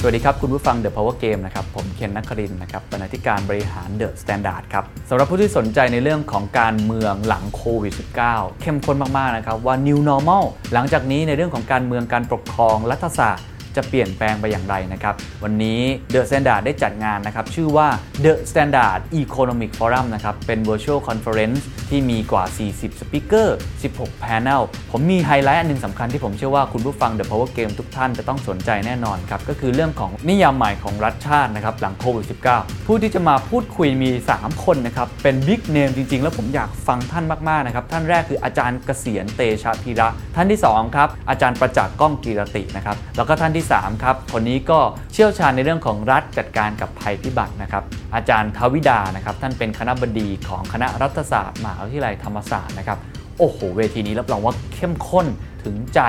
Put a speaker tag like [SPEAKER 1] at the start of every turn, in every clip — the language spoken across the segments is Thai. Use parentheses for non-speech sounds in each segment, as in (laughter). [SPEAKER 1] สวัสดีครับ คุณผู้ฟัง The Power Game นะครับ ผมเคนนักครินทร์นะครับบรรณาธิการบริหาร The Standard ครับสำหรับผู้ที่สนใจในเรื่องของการเมืองหลังโควิด -19 เข้มข้นมาก ๆ นะครับ ว่า New Normal หลังจากนี้ในเรื่องของการเมืองการปกครองรัฐศาสตร์ จะเปลี่ยนแปลงไปอย่างไรนะครับ วันนี้ The Standard ได้จัดงานนะครับ ชื่อว่า The Standard Economic Forum นะครับ เป็น Virtual Conference ที่มีกว่า 40 สปิเกอร์ 16 Panel ผมมีไฮไลท์อันหนึ่งสำคัญที่ผมเชื่อว่าคุณผู้ฟัง The Power Game ทุกท่านจะต้องสนใจแน่นอนครับ ก็คือเรื่องของนิยามใหม่ของรัฐชาตินะครับ หลังโควิด -19 ผู้ที่จะมาพูดคุยมี 3 คนนะครับ เป็นบิ๊กเนมจริง ๆ แล้วผมอยากฟังท่านมาก ๆ นะครับ ท่านแรกคืออาจารย์เกษียณเตชะพีระ ท่านที่ 2 ครับ อาจารย์ประจักษ์ก้องกีรตินะครับ แล้วก็ท่านที่ 3 ครับ คนนี้ก็เชี่ยวชาญในเรื่องของรัฐจัดการกับภัยพิบัตินะครับ อาจารย์ทวิดานะครับ ท่านเป็นคณะบดีของคณะรัฐศาสตร์มหาวิทยาลัยธรรมศาสตร์นะครับ โอ้โห เวทีนี้รับรองว่าเข้มข้นถึงใจ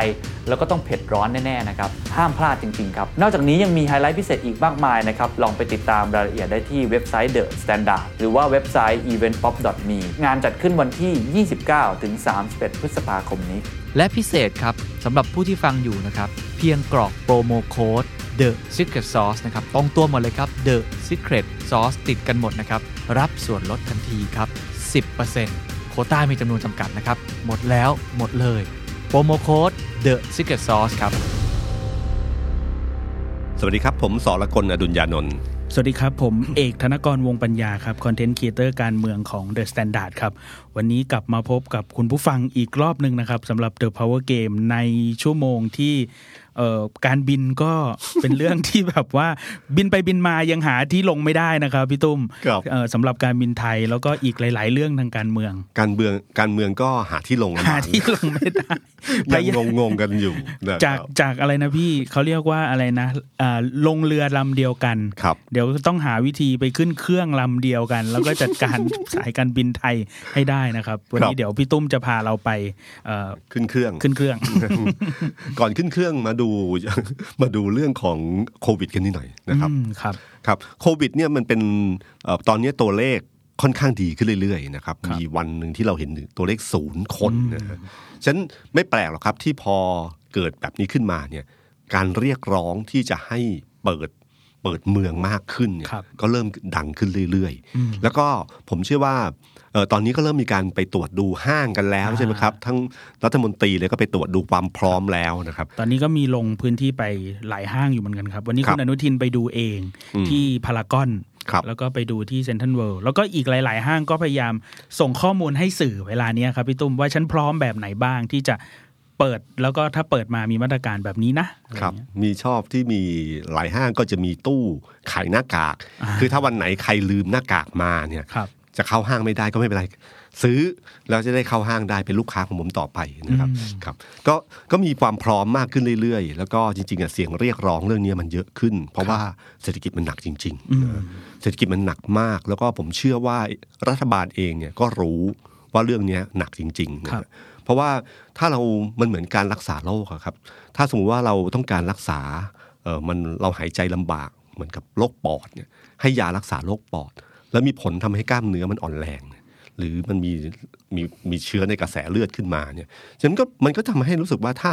[SPEAKER 1] แล้วก็ต้องเผ็ดร้อนแน่ ๆ นะครับ ห้ามพลาดจริง ๆ ครับ นอกจากนี้ยังมีไฮไลท์พิเศษอีกมากมายนะครับ ลองไปติดตามรายละเอียดได้ที่เว็บไซต์ The Standard หรือว่าเว็บไซต์ eventpop.me งานจัดขึ้นวันที่ 29 ถึง 31 พฤษภาคมนี้
[SPEAKER 2] และพิเศษครับสำหรับผู้ที่ฟังอยู่นะครับ เพียงกรอกโปรโมโค้ด The Secret Sauce นะครับตรงตัวหมดเลยครับ The Secret Sauce ติดกันหมดนะครับ รับส่วนลดทันทีครับ 10%โควต้ามีจำนวนจำกัดนะครับ หมดแล้วหมดเลย โปรโมโค้ด The Secret Sauce ครับ
[SPEAKER 3] สวัสดีครับ ผมสอละคนอดุญญานนท์
[SPEAKER 4] สวัสดีครับ ผมเอกธนกรวงปัญญาครับ คอนเทนต์ครีเอเตอร์การเมืองของ The Standard ครับ วันนี้กลับมาพบกับคุณผู้ฟังอีกรอบหนึ่งนะครับสำหรับ The Power Game ในชั่วโมงที่เอ่อการบินก็ เป็นเรื่องที่แบบว่าบินไปบินมายังหาที่ลงไม่ได้นะครับพี่ตุ้มเอ่อสำหรับการบินไทยแล้วก็อีกหลาย ๆ เรื่องทางการเมือง
[SPEAKER 3] การเมืองการเมืองก็หาที่ลงลำบก
[SPEAKER 4] หาที่ลงไม่ได้
[SPEAKER 3] ยังงงๆกันอยู่นะ
[SPEAKER 4] จากจากอะไรนะพี่เขาเรียกว่าอะไรนะอ่าลงเรือลำเดียวกัน
[SPEAKER 3] ครับ
[SPEAKER 4] เดี๋ยวต้องหาวิธีไปขึ้นเครื่องลำเดียวกัน แล้วก็จัดการ สายการบินไทยให้ได้นะครับ วัน
[SPEAKER 3] ครั
[SPEAKER 4] นี้
[SPEAKER 3] บ
[SPEAKER 4] เดี๋ยวพี่ตุ้มจะพาเราไปเอ่อ
[SPEAKER 3] ขึ้นเครื่อง
[SPEAKER 4] ขึ้นเครื่อง
[SPEAKER 3] ก่อนขึ้นเครื่องมาดู มาดูเรื่องของโควิดกันนิดหน่อยนะครับ
[SPEAKER 4] อืมครับ
[SPEAKER 3] ครับโควิดเนี่ยมันเป็นเอ่อตอนนี้ตัวเลขค่อนข้างดีขึ้นเรื่อยๆนะครับ
[SPEAKER 4] ครับ
[SPEAKER 3] มีวันหนึ่งที่เราเห็นตัวเลขศูนย์คนนะฮะฉะนันไม่แปลกหรอกครับที่พอเกิดแบบนี้ขึ้นมาเนี่ยการเรียกร้องที่จะให้เปิดเปิดเมืองมากขึ้นเนี่ย
[SPEAKER 4] ครับ
[SPEAKER 3] ก็เริ่มดังขึ้นเรื่อยๆ แล้วก็ผมเชื่อว่าเอ่อตอนนี้ก็เริ่มมีการไปตรวจดูห้างกันแล้วใช่ไหมครับทั้งรัฐมนตรีเลยก็ไปตรวจดูความพร้อมแล้วนะครับ
[SPEAKER 4] ตอนนี้ก็มีลงพื้นที่ไปหลายห้างอยู่เหมือนกันครับ วันนี้
[SPEAKER 3] ครั
[SPEAKER 4] คุ
[SPEAKER 3] บ
[SPEAKER 4] ณอนุทินไปดูเองที่พารากอน
[SPEAKER 3] ครับ
[SPEAKER 4] แล้วก็ไปดูที่เซ็นทรัลเวิลด์แล้วก็อีกหลาย ๆ ห้างก็พยายามส่งข้อมูลให้สื่อเวลาเนี้ยครับพี่ตุ้มว่าฉันพร้อมแบบไหนบ้างที่จะเปิดแล้วก็ถ้าเปิดมามีมาตรการแบบนี้นะอะไ
[SPEAKER 3] ครับ
[SPEAKER 4] เงี้ย
[SPEAKER 3] มีชอบที่มีหลายห้างก็จะมีตู้ขายหน้ากาก คือถ้าวันไหนใครลืมหน้ากากมาเนี่ย
[SPEAKER 4] ครับ
[SPEAKER 3] จะเข้าห้างไม่ได้ก็ไม่เป็นไร ซื้อแล้วจะได้เข้าห้างได้เป็นลูกค้าของผมต่อไปนะครับครับก็ก็มีความพร้อมมากขึ้นเรื่อยๆ แล้วก็จริงๆอะเสียงเรียกร้องเรื่องนี้มันเยอะขึ้น เพราะว่าเศรษฐกิจมันหนักจริงๆนะเศรษฐกิจมันหนักมาก แล้วก็ผมเชื่อว่ารัฐบาลเองเนี่ยก็รู้ว่าเรื่องเนี้ยหนักจริงๆนะ
[SPEAKER 4] ครับ
[SPEAKER 3] เพราะว่าถ้าเรา มันเหมือนการรักษาโรคอะครับ ถ้าสมมติว่าเราต้องการรักษาเออมันเราหายใจลำบากเหมือนกับโรคปอดเนี่ยให้ยารักษาโรคปอด แล้วมีผลทำให้กล้ามเนื้อมันอ่อนแรงเนี่ยหรือมันมีมีมีเชื้อในกระแสเลือดขึ้นมาเนี่ยฉะนั้นก็มันก็ทำให้รู้สึกว่าถ้า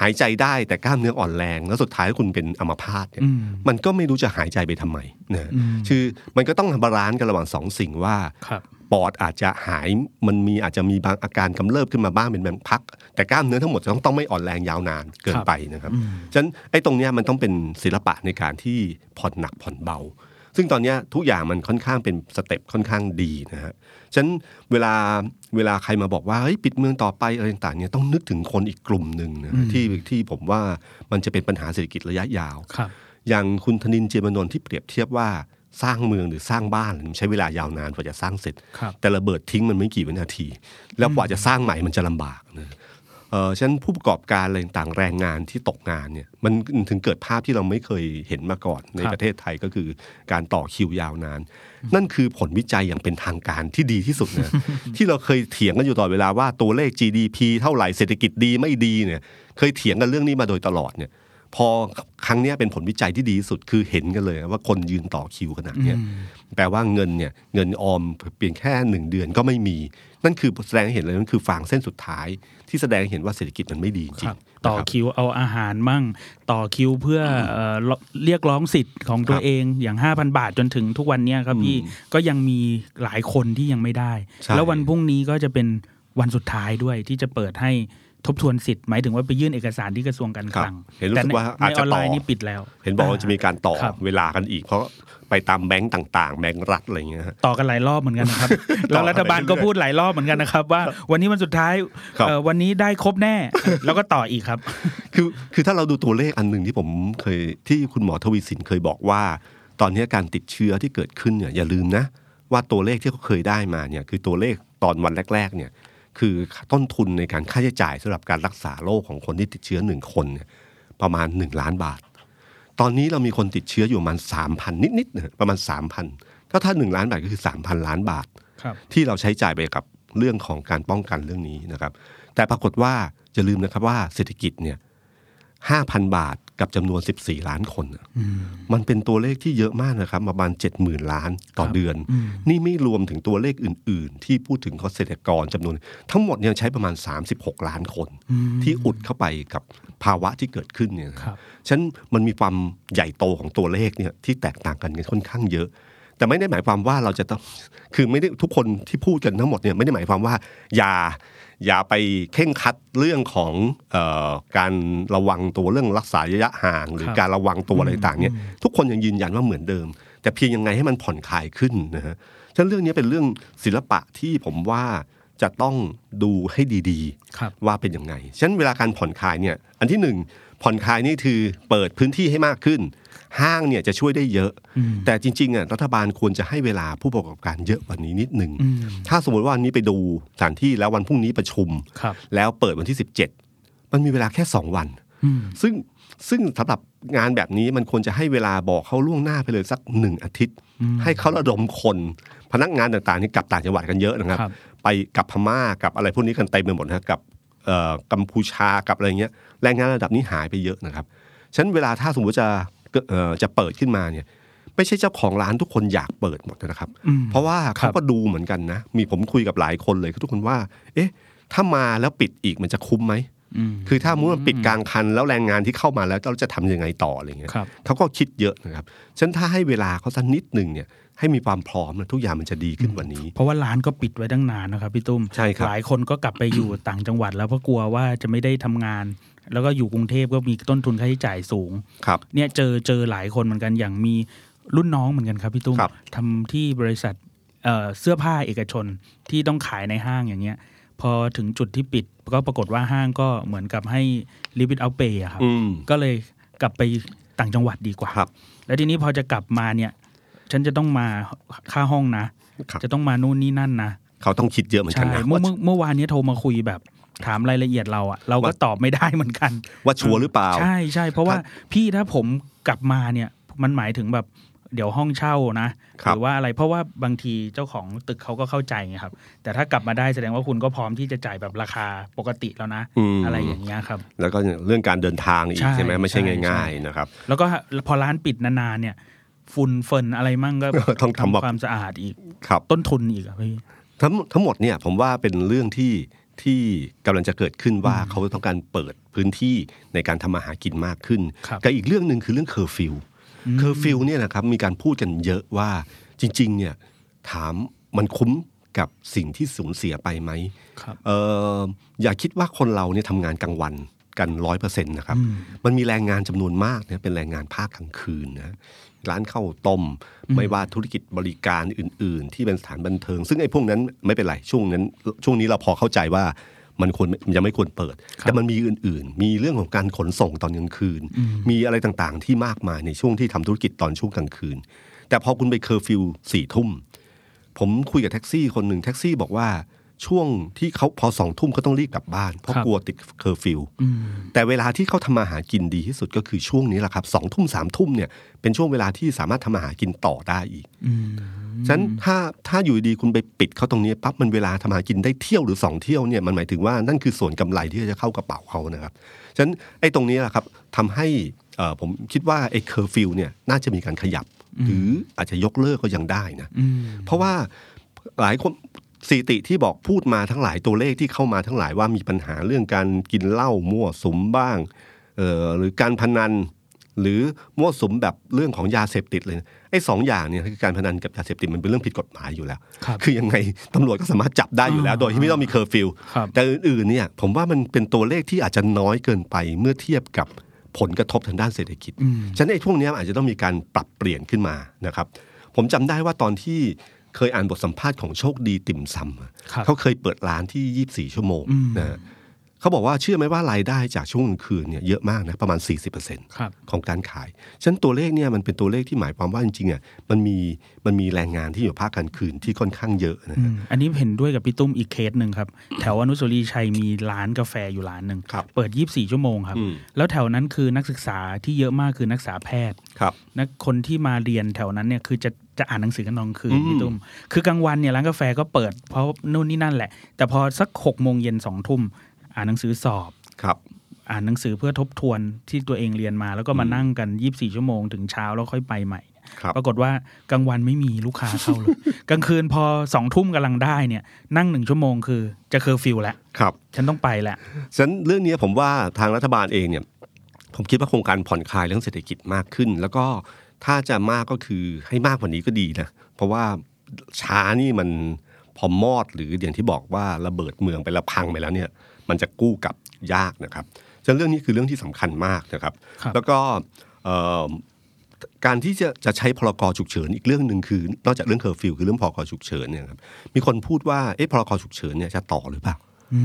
[SPEAKER 3] หายใจได้แต่กล้ามเนื้ออ่อนแรง แล้วสุดท้ายคุณเป็นอัมพาตเนี่ยมันก็ไม่รู้จะหายใจไปทำไมนะคือมันก็ต้องบาลานซ์กันระหว่างสองสิ่งว่า
[SPEAKER 4] ครับ
[SPEAKER 3] ปอดอาจจะหายมันมีอาจจะมีบางอาการกำเริบขึ้นมาบ้างเป็นบางพัก แต่กล้ามเนื้อทั้งหมดจะต้องต้องไม่อ่อนแรงยาวนานเกินไปนะครับฉะนั้นไอ้ตรงเนี้ยมันต้องเป็นศิลปะในการที่ผ่อนหนักผ่อนเบา ซึ่งตอนเนี้ยทุกอย่างมันค่อนข้างเป็นสเต็ปค่อนข้างดีนะฮะฉะนั้นเวลาเวลาใครมาบอกว่าเฮ้ยปิดเมืองต่อไปอะไรต่างๆเนี่ยต้องนึกถึงคนอีกกลุ่มหนึ่งนะฮะที่ที่ผมว่ามันจะเป็นปัญหาเศรษฐกิจระยะยาว
[SPEAKER 4] ครับ
[SPEAKER 3] อย่างคุณธนินเจยมนนท์ที่เปรียบเทียบว่าสร้างเมืองหรือสร้างบ้านมันใช้เวลายาวนานกว่าจะสร้างเสร็จ
[SPEAKER 4] ครับ
[SPEAKER 3] แต่ระเบิดทิ้งมันไม่กี่วินาที แล้วกว่าจะสร้างใหม่มันจะลำบากนะ เอ่อฉะนันผู้ประกอบการอะไรต่างๆแรงงานที่ตกงานเนี่ยมันถึงเกิดภาพที่เราไม่เคยเห็นมาก่อนใน
[SPEAKER 4] ครับ
[SPEAKER 3] ประเทศไทยก็คือการต่อคิวยาวนาน นั่นคือผลวิจัยอย่างเป็นทางการที่ดีที่สุดนะ ที่เราเคยเถียงกันอยู่ตลอดเวลาว่าตัวเลข GDP เท่าไหร่เศรษฐกิจดีไม่ดีเนี่ยเคยเถียงกันเรื่องนี้มาโดยตลอดเนี่ยพอครั้งเนี้ยเป็นผลวิจัยที่ดีที่สุดคือเห็นกันเลยว่าคนยืนต่อคิวขนาดเนี้ย แปลว่าเงินเนี่ยเงินออมเพียงแค่หนึ่งเดือนก็ไม่มี นั่นคือแสดงให้เห็นเลยนั่นคือฟางเส้นสุดท้าย ที่แสดงให้เห็นว่าเศรษฐกิจมันไม่ดีจริ
[SPEAKER 4] ค
[SPEAKER 3] ง
[SPEAKER 4] รับต่อ
[SPEAKER 3] นะครับ
[SPEAKER 4] คิวเอาอาหารมั่ง ต่อคิวเพื่อเอ่อเลเรียกร้องสิทธิ์ของตัว
[SPEAKER 3] ครับ
[SPEAKER 4] เองอย่าง 5,000 บาทจนถึงทุกวันเนี้ยครับพี่ก็ยังมีหลายคนที่ยังไม่ได้
[SPEAKER 3] ใช่
[SPEAKER 4] แล้ววันพรุ่งนี้ก็จะเป็นวันสุดท้ายด้วยที่จะเปิดให้ทบทวนสิทธิ์ หมายถึงว่าไปยื่นเอกสารที่กระทรวงการค
[SPEAKER 3] ครับ
[SPEAKER 4] ลัง
[SPEAKER 3] เห็นรู้
[SPEAKER 4] แต่
[SPEAKER 3] สึกว่า
[SPEAKER 4] ใน
[SPEAKER 3] อาจ
[SPEAKER 4] ในอ
[SPEAKER 3] จะ
[SPEAKER 4] อน
[SPEAKER 3] ต่
[SPEAKER 4] ไล
[SPEAKER 3] อ
[SPEAKER 4] น์นี่ปิดแล้ว
[SPEAKER 3] เห็นบอกว่าจะมีการต่อ
[SPEAKER 4] ครับ
[SPEAKER 3] เวลากันอีก เพราะไปตามแบงก์ต่างๆ แบงก์รัฐอะไรอย่างเงี้ยฮะ
[SPEAKER 4] ต่อกันหลายรอบเหมือนกัน
[SPEAKER 3] (laughs)
[SPEAKER 4] นะครับ แล้วรัฐบาลก็พูดหลายรอบเหมือนกันนะครับ ว่าวันนี้วันสุดท้าย
[SPEAKER 3] ครับ
[SPEAKER 4] เอ่อวันนี้ได้ครบแน่ แล้วก็ต่ออีกครับ
[SPEAKER 3] คือคือถ้าเราดูตัวเลขอันหนึ่งที่ผมเคยที่คุณหมอทวีสินเคยบอกว่า ตอนนี้การติดเชื้อที่เกิดขึ้นเนี่ยอย่าลืมนะ ว่าตัวเลขที่เขาเคยได้มาเนี่ยคือตัวเลขตอนวันแรก ๆ เนี่ยคือต้นทุนในการค่าใช้จ่ายสำหรับการรักษาโรคของคนที่ติดเชื้อหนึ่งคนเนี่ยประมาณ 1 ล้านบาท ตอนนี้เรามีคนติดเชื้ออยู่ประมาณ 3,000 นิดๆนะฮะประมาณ 3,000 ก็ถ้า 1 ล้านบาทก็คือ 3,000 ล้านบาท
[SPEAKER 4] ครับ
[SPEAKER 3] ที่เราใช้จ่ายไปกับเรื่องของการป้องกันเรื่องนี้นะครับ แต่ปรากฏว่าจะลืมนะครับว่าเศรษฐกิจเนี่ยห้าพันบาทกับจำนวน 14 ล้านคนน่ะมันเป็นตัวเลขที่เยอะมากนะครับ ประมาณ 7 0,000 ล้านต่อเดือน นี่ไม่รวมถึงตัวเลขอื่น ๆ ที่พูดถึงเกษตรกรจำนวน ทั้งหมดเนี่ยใช้ประมาณ 36 ล้านคน ที่อุดเข้าไปกับภาวะที่เกิดขึ้นเนี่ยนะครับ ฉะนั้นมันมีความใหญ่โตของตัวเลขเนี่ยที่แตกต่างกันค่อนข้างเยอะ แต่ไม่ได้หมายความว่าเราจะต้อง (laughs) คือไม่ได้ทุกคนที่พูดกันทั้งหมดเนี่ยไม่ได้หมายความว่า อย่าอย่าไปเข่งครัดเรื่องของเออการระวังตัวเรื่องรักษาระยะห่าง หรือ
[SPEAKER 4] ครับ
[SPEAKER 3] การระวังตัวอะไรต่างเนี่ยทุกคนยังยืนยันว่าเหมือนเดิม แต่เพียงยังไงให้มันผ่อนคลายขึ้นนะฮะฉะนั้นเรื่องนี้เป็นเรื่องศิลปะที่ผมว่าจะต้องดูให้ดีๆ
[SPEAKER 4] ครับ
[SPEAKER 3] ว่าเป็นยังไง ฉะนั้นเวลาการผ่อนคลายเนี่ย อันที่หนึ่งผ่อนคลายนี่คือเปิดพื้นที่ให้มากขึ้น ห้างเนี่ยจะช่วยได้เยอะ แต่จริงๆอ่ะรัฐบาลควรจะให้เวลาผู้ประกอบการเยอะกว่านี้นิดหนึ่ง ถ้าสมมติว่าวันนี้ไปดูสถานที่แล้ววันพรุ่งนี้ประชุม
[SPEAKER 4] ครับ
[SPEAKER 3] แล้วเปิดวันที่ 17 มันมีเวลาแค่ 2 วัน ซึ่งซึ่งสำหรับงานแบบนี้มันควรจะให้เวลาบอกเขาล่วงหน้าไปเลยสักหนึ่งอาทิตย์ ให้เขาระดมคน พนักงานต่างๆนี่กลับต่างจังหวัดกันเยอะนะครับ
[SPEAKER 4] ครับ
[SPEAKER 3] ไปกับพม่ากับอะไรพวกนี้กันเต็มไปหมดนะครับกับเอ่อกัมพูชากับอะไรเงี้ยแรงงานระดับนี้หายไปเยอะนะครับฉะนั้นเวลาถ้าสมมติจะเอ่อจะเปิดขึ้นมาเนี่ยไม่ใช่เจ้าของร้านทุกคนอยากเปิดหมดนะครับ
[SPEAKER 4] อืม
[SPEAKER 3] เพราะว่า
[SPEAKER 4] ครั
[SPEAKER 3] เขา
[SPEAKER 4] บ
[SPEAKER 3] ก็ดูเหมือนกันนะ มีผมคุยกับหลายคนเลยทุกคนว่า เอ๊ะ ถ้ามาแล้วปิดอีกมันจะคุ้มไหม
[SPEAKER 4] อืม
[SPEAKER 3] คือถ้ามุติมันปิดกลางคัน แล้วแรงงานที่เข้ามาแล้วเราจะทำยังไงต่ออะไรเงี้ย
[SPEAKER 4] ครับ
[SPEAKER 3] เขาก็คิดเยอะนะครับฉะนันถ้าให้เวลาเขาสักนิดหนึ่งเนี่ยให้มีความพร้อมนะทุกอย่างมันจะดีขึ้นกวันนี้
[SPEAKER 4] เพราะว่าร้านก็ปิดไว้ตั้งนานนะครับพี่ตุ้ม
[SPEAKER 3] ใช่ครับ
[SPEAKER 4] หลายคนก็กลับไปอยู่ ต่างจังหวัดแล้วเพราะกลัวว่าจะไม่ได้ทำงาน แล้วก็อยู่กรุงเทพก็มีต้นทุนค่าใช้จ่ายสูง
[SPEAKER 3] ครับ
[SPEAKER 4] เนี่ยเจอเจอหลายคนเหมือนกันอย่างมีรุ่นน้องเหมือนกันครับพี่ตุ้ม
[SPEAKER 3] ครับ
[SPEAKER 4] ทำที่บริษัทเอ่อเสื้อผ้าเอกชนที่ต้องขายในห้างอย่างเงี้ย พอถึงจุดที่ปิดก็ปรากฏว่าห้างก็เหมือนกับให้ลิบิ t เอาเปย์ครับ
[SPEAKER 3] อืม
[SPEAKER 4] ก็เลยกลับไปต่างจังหวัดดีกว่า
[SPEAKER 3] ครับ
[SPEAKER 4] แล้วทีนี้พอจะกลับมาเนี่ย ฉันจะต้องมาค่าห้องนะ
[SPEAKER 3] ครับ
[SPEAKER 4] จะต้องมานู่นนี่นั่นนะ
[SPEAKER 3] เขาต้องคิดเยอะเหมือนกั
[SPEAKER 4] ใช่
[SPEAKER 3] นนะ
[SPEAKER 4] เมื่อ
[SPEAKER 3] ว่า
[SPEAKER 4] เมื่อเมื่อวานเนี้ยโทรมาคุยแบบถามรายละเอียดเราอะเราก็ตอบไม่ได้เหมือนกัน
[SPEAKER 3] ว่าชัวร์หรือเปล่า
[SPEAKER 4] ใช่ใช่เพราะว่า
[SPEAKER 3] ครับ
[SPEAKER 4] พี่ถ้าผมกลับมาเนี่ยมันหมายถึงแบบเดี๋ยวห้องเช่านะ
[SPEAKER 3] ครั
[SPEAKER 4] ห
[SPEAKER 3] บ
[SPEAKER 4] รือว่าอะไรเพราะว่าบางทีเจ้าของตึกเขาก็เข้าใจไงครับ แต่ถ้ากลับมาได้แสดงว่าคุณก็พร้อมที่จะจ่ายแบบราคาปกติแล้วนะ อะไรอย่างเงี้ยครับ
[SPEAKER 3] แล้วก็เรื่องการเดินทางอีก
[SPEAKER 4] ใช่
[SPEAKER 3] ใช่ไหมไม่ใช่
[SPEAKER 4] ใช่
[SPEAKER 3] ง่าย
[SPEAKER 4] ใช่
[SPEAKER 3] ๆนะครับ
[SPEAKER 4] แล้วก็พอร้านปิดนานๆเนี่ยฝุ่นเฟินอะไรมั่งก็
[SPEAKER 3] ต้องทำแบบ
[SPEAKER 4] ความสะอาดอีก
[SPEAKER 3] ครับ
[SPEAKER 4] ต้นทุนอีกอะพี่
[SPEAKER 3] ทั้งทั้งหมดเนี่ยผมว่าเป็นเรื่องที่ที่กำลังจะเกิดขึ้นว่าเขาต้องการเปิดพื้นที่ในการทำมาหากินมากขึ้น
[SPEAKER 4] ครับ
[SPEAKER 3] กับอีกเรื่องหนึ่งคือเรื่องเคอร์ฟิวเคอร์ฟิวเนี่ยนะครับมีการพูดกันเยอะว่าจริงๆเนี่ยถามมันคุ้มกับสิ่งที่สูญเสียไปไหม
[SPEAKER 4] ครับ
[SPEAKER 3] เอ่ออย่าคิดว่าคนเราเนี่ยทำงานกลางวันกันร้อยเปอร์เซ็นต์นะครับ มันมีแรงงานจำนวนมากเนี่ยเป็นแรงงานภาคกลางคืนนะร้านข้าวต้ม ไม่ว่าธุรกิจบริการอื่น ๆ ที่เป็นสถานบันเทิง ซึ่งไอ้พวกนั้นไม่เป็นไรช่วงนั้น ช่วงนี้เราพอเข้าใจว่ามันควรยังไม่ควรเปิด แต่มันมีอื่น ๆ มีเรื่องของการขนส่งตอนกลางคืน มีอะไรต่างๆ ที่มากมายในช่วงที่ทำธุรกิจตอนช่วงกลางคืน แต่พอคุณไปเคอร์ฟิวสี่ทุ่ม ผมคุยกับแท็กซี่คนหนึ่งแท็กซี่บอกว่า ช่วงที่เขาพอสองทุ่มเขาต้องรีบกลับบ้าน เพราะ
[SPEAKER 4] ครับ
[SPEAKER 3] กลัวติดเคอร์ฟิว
[SPEAKER 4] อืม
[SPEAKER 3] แต่เวลาที่เขาทำมาหากินดีที่สุดก็คือช่วงนี้แหละครับสองทุ่มสามทุ่มเนี่ยเป็นช่วงเวลาที่สามารถทำมาหากินต่อได้อีก
[SPEAKER 4] อืม
[SPEAKER 3] ฉะนั้นถ้าถ้าอยู่ดีๆคุณไปปิดเขาตรงนี้ปั๊บมันเวลาทำมาหากินได้เที่ยวหรือสองเที่ยวเนี่ยมันหมายถึงว่านั่นคือส่วนกำไรที่จะเข้ากระเป๋าเขานะครับฉะนั้นไอ้ตรงนี้แหละครับทำให้เอ่อผมคิดว่าไอ้เคอร์ฟิวเนี่ยน่าจะมีการขยับ หรืออาจจะยกเลิกก็ยังได้นะ
[SPEAKER 4] อืม
[SPEAKER 3] เพราะว่าหลายคนสถิติที่บอกพูดมาทั้งหลายตัวเลขที่เข้ามาทั้งหลายว่ามีปัญหาเรื่องการกินเหล้ามั่วสุมบ้างเอ่อหรือการพนัน หรือมั่วสุมแบบเรื่องของยาเสพติดเลยนะไอ้สองอย่างเนี่ยคือการพนันกับยาเสพติดมันเป็นเรื่องผิดกฎหมายอยู่แล้ว
[SPEAKER 4] ครับ
[SPEAKER 3] คือยังไงตำรวจก็สามารถจับได้อยู่แล้ว โดยที่ไม่ต้องมีเคอร์ฟิว
[SPEAKER 4] ครับ
[SPEAKER 3] แต่อื่นๆเนี่ยผมว่ามันเป็นตัวเลขที่อาจจะน้อยเกินไปเมื่อเทียบกับผลกระทบทางด้านเศรษฐกิจ
[SPEAKER 4] อืม
[SPEAKER 3] ฉะนั้นไอ้พวกเนี้ยอาจจะต้องมีการปรับเปลี่ยนขึ้นมานะครับ ผมจำได้ว่าตอนที่เคยอ่านบทสัมภาษณ์ของโชคดีติ่มซำอะ
[SPEAKER 4] ครับ
[SPEAKER 3] เขาเคยเปิดร้านที่ 24 ชั่วโมงนะฮะเขาบอกว่าเชื่อไหมว่ารายได้จากช่วงกลางคืนเนี่ยเยอะมากนะประมาณ 40%
[SPEAKER 4] ครับ
[SPEAKER 3] ของการขาย ฉะนั้นตัวเลขเนี่ยมันเป็นตัวเลขที่หมายความว่าจริงๆอ่ะมันมีมันมีแรงงานที่อยู่ภาคกลางคืนที่ค่อนข้างเยอะนะ
[SPEAKER 4] อื
[SPEAKER 3] ฮะ
[SPEAKER 4] มอันนี้เห็นด้วยกับพี่ตุ้มอีกเคสหนึ่งครับ แถวอนุสาวรีย์ชัยมีร้านกาแฟอยู่ร้านหนึ่ง
[SPEAKER 3] ครับ
[SPEAKER 4] เปิด 24 ชั่วโมงครับ
[SPEAKER 3] อืม
[SPEAKER 4] แล้วแถวนั้นคือนักศึกษาที่เยอะมากคือนักศึกษาแพทย์
[SPEAKER 3] ครับ
[SPEAKER 4] นักคนที่มาเรียนแถวนั้นเนี่ยคือจะจะอ่านหนังสือกันตอนกลางคืน
[SPEAKER 3] อืม
[SPEAKER 4] พี่ตุ้มคือกลางวันเนี่ยร้านกาแฟก็เปิดเพราะนู่นนี่นั่นแหละ แต่พอสักหกโมงเย็นสองทุ่มอ่านหนังสือสอบ
[SPEAKER 3] ครับ
[SPEAKER 4] อ่านหนังสือเพื่อทบทวนที่ตัวเองเรียนมา แล้วก็มานั่งกัน 24 ชั่วโมงถึงเช้าแล้วค่อยไปใหม่
[SPEAKER 3] ครับ
[SPEAKER 4] ปรากฏว่ากลางวันไม่มีลูกค้าเข้าเลย (laughs) กลางคืนพอสองทุ่มกำลังได้เนี่ยนั่งหนึ่งชั่วโมงคือจะเคอร์ฟิวแล้ว
[SPEAKER 3] ครับ
[SPEAKER 4] ฉันต้องไปแล้ว
[SPEAKER 3] ฉะนั้นเรื่องนี้ผมว่าทางรัฐบาลเองเนี่ยผมคิดว่าโครงการผ่อนคลายเรื่องเศรษฐกิจมากขึ้น แล้วก็ถ้าจะมากก็คือให้มากกว่านี้ก็ดีนะ เพราะว่าช้านี่มันพอมอดหรืออย่างที่บอกว่าระเบิดเมืองไปและพังไปแล้วเนี่ยมันจะกู้กลับยากนะครับฉะนั้นเรื่องนี้คือเรื่องที่สำคัญมากนะครับ
[SPEAKER 4] ครับ
[SPEAKER 3] แล้วก็เอ่อการที่จะจะใช้พรกฉุกเฉินอีกเรื่องหนึ่งคือนอกจากเรื่องเคอร์ฟิวคือเรื่องพรกฉุกเฉินเนี่ยครับมีคนพูดว่าเอ๊ะพรกฉุกเฉินเนี่ยจะต่อหรือเปล่า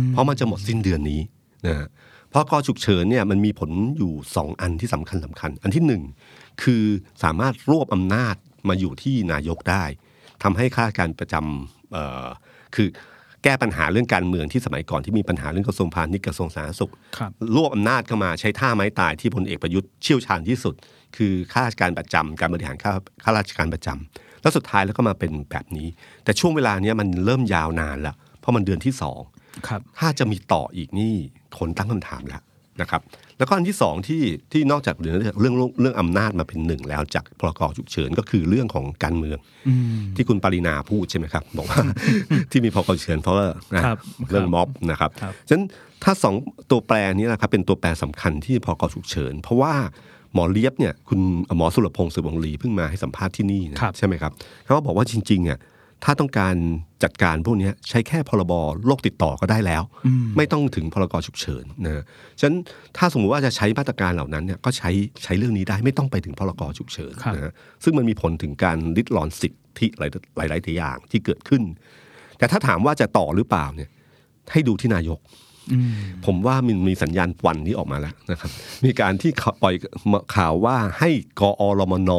[SPEAKER 3] เพราะมันจะหมดสิ้นเดือนนี้นะฮะพรกฉุกเฉินเนี่ยมันมีผลอยู่ 2 อันที่สำคัญสำคัญ อันที่ 1 คือสามารถรวบอำนาจมาอยู่ที่นายกได้ทำให้ข้าราชการประจำเอ่อคือแก้ปัญหาเรื่องการเมืองที่สมัยก่อนที่มีปัญหาเรื่องกระทรวงพาณิชย์กระทรวงสาธารณสุข
[SPEAKER 4] ครับ
[SPEAKER 3] รวบอำนาจเข้ามาใช้ท่าไม้ตายที่พลเอกประยุทธ์เชี่ยวชาญที่สุด คือข้าราชการประจำการบริหารข้าข้าราชการประจำแล้วสุดท้ายแล้วก็มาเป็นแบบนี้ แต่ช่วงเวลาเนี้ยมันเริ่มยาวนานละเพราะมันเดือนที่สอง
[SPEAKER 4] ครับ
[SPEAKER 3] ถ้าจะมีต่ออีกนี่คนตั้งคำถามแล้วนะครับ แล้วก็อันที่สองที่ที่นอกจากเรื่องเรื่องเรื่องอำนาจมาเป็นหนึ่งแล้วจากพรกฉุกเฉินก็คือเรื่องของการเมือง
[SPEAKER 4] อืม
[SPEAKER 3] ที่คุณปรินาพูดใช่ไหมครับ บอก (laughs) ว่า ที่มีพอเเชิญเพราะว่านะครับเรื่องม็อบนะครับ
[SPEAKER 4] ครับ
[SPEAKER 3] ฉะนั้นถ้าสองตัวแปรนี้นะครับเป็นตัวแปรสำคัญที่พอกฉุกเฉิน เพราะว่าหมอเลียบเนี่ยคุณหมอสุรพงศ์สืบวงลีเพิ่งมาให้สัมภาษณ์ที่นี่นะครับ ใช่ไหมครับเขาก็บอกว่าจริงๆอ่ะถ้าต้องการจัดการพวกเนี้ยใช้แค่พรบโรคติดต่อก็ได้แล้ว ไม่ต้องถึงพรกฉุกเฉินนะฮะฉะนั้นถ้าสมมติว่าจะใช้มาตรการเหล่านั้นเนี่ยก็ใช้ใช้เรื่องนี้ได้ไม่ต้องไปถึงพรกฉุกเฉิน
[SPEAKER 4] ครับ
[SPEAKER 3] นะฮะซึ่งมันมีผลถึงการลิดรอนสิทธิหลายหลายๆอย่างที่เกิดขึ้น แต่ถ้าถามว่าจะต่อหรือเปล่าเนี่ยให้ดูที่นายก
[SPEAKER 4] อืม
[SPEAKER 3] ผมว่ามันมีสัญญาณวันนี้ออกมาแล้วนะครับ มีการที่เขาปล่อยข่าวว่าให้กอรมน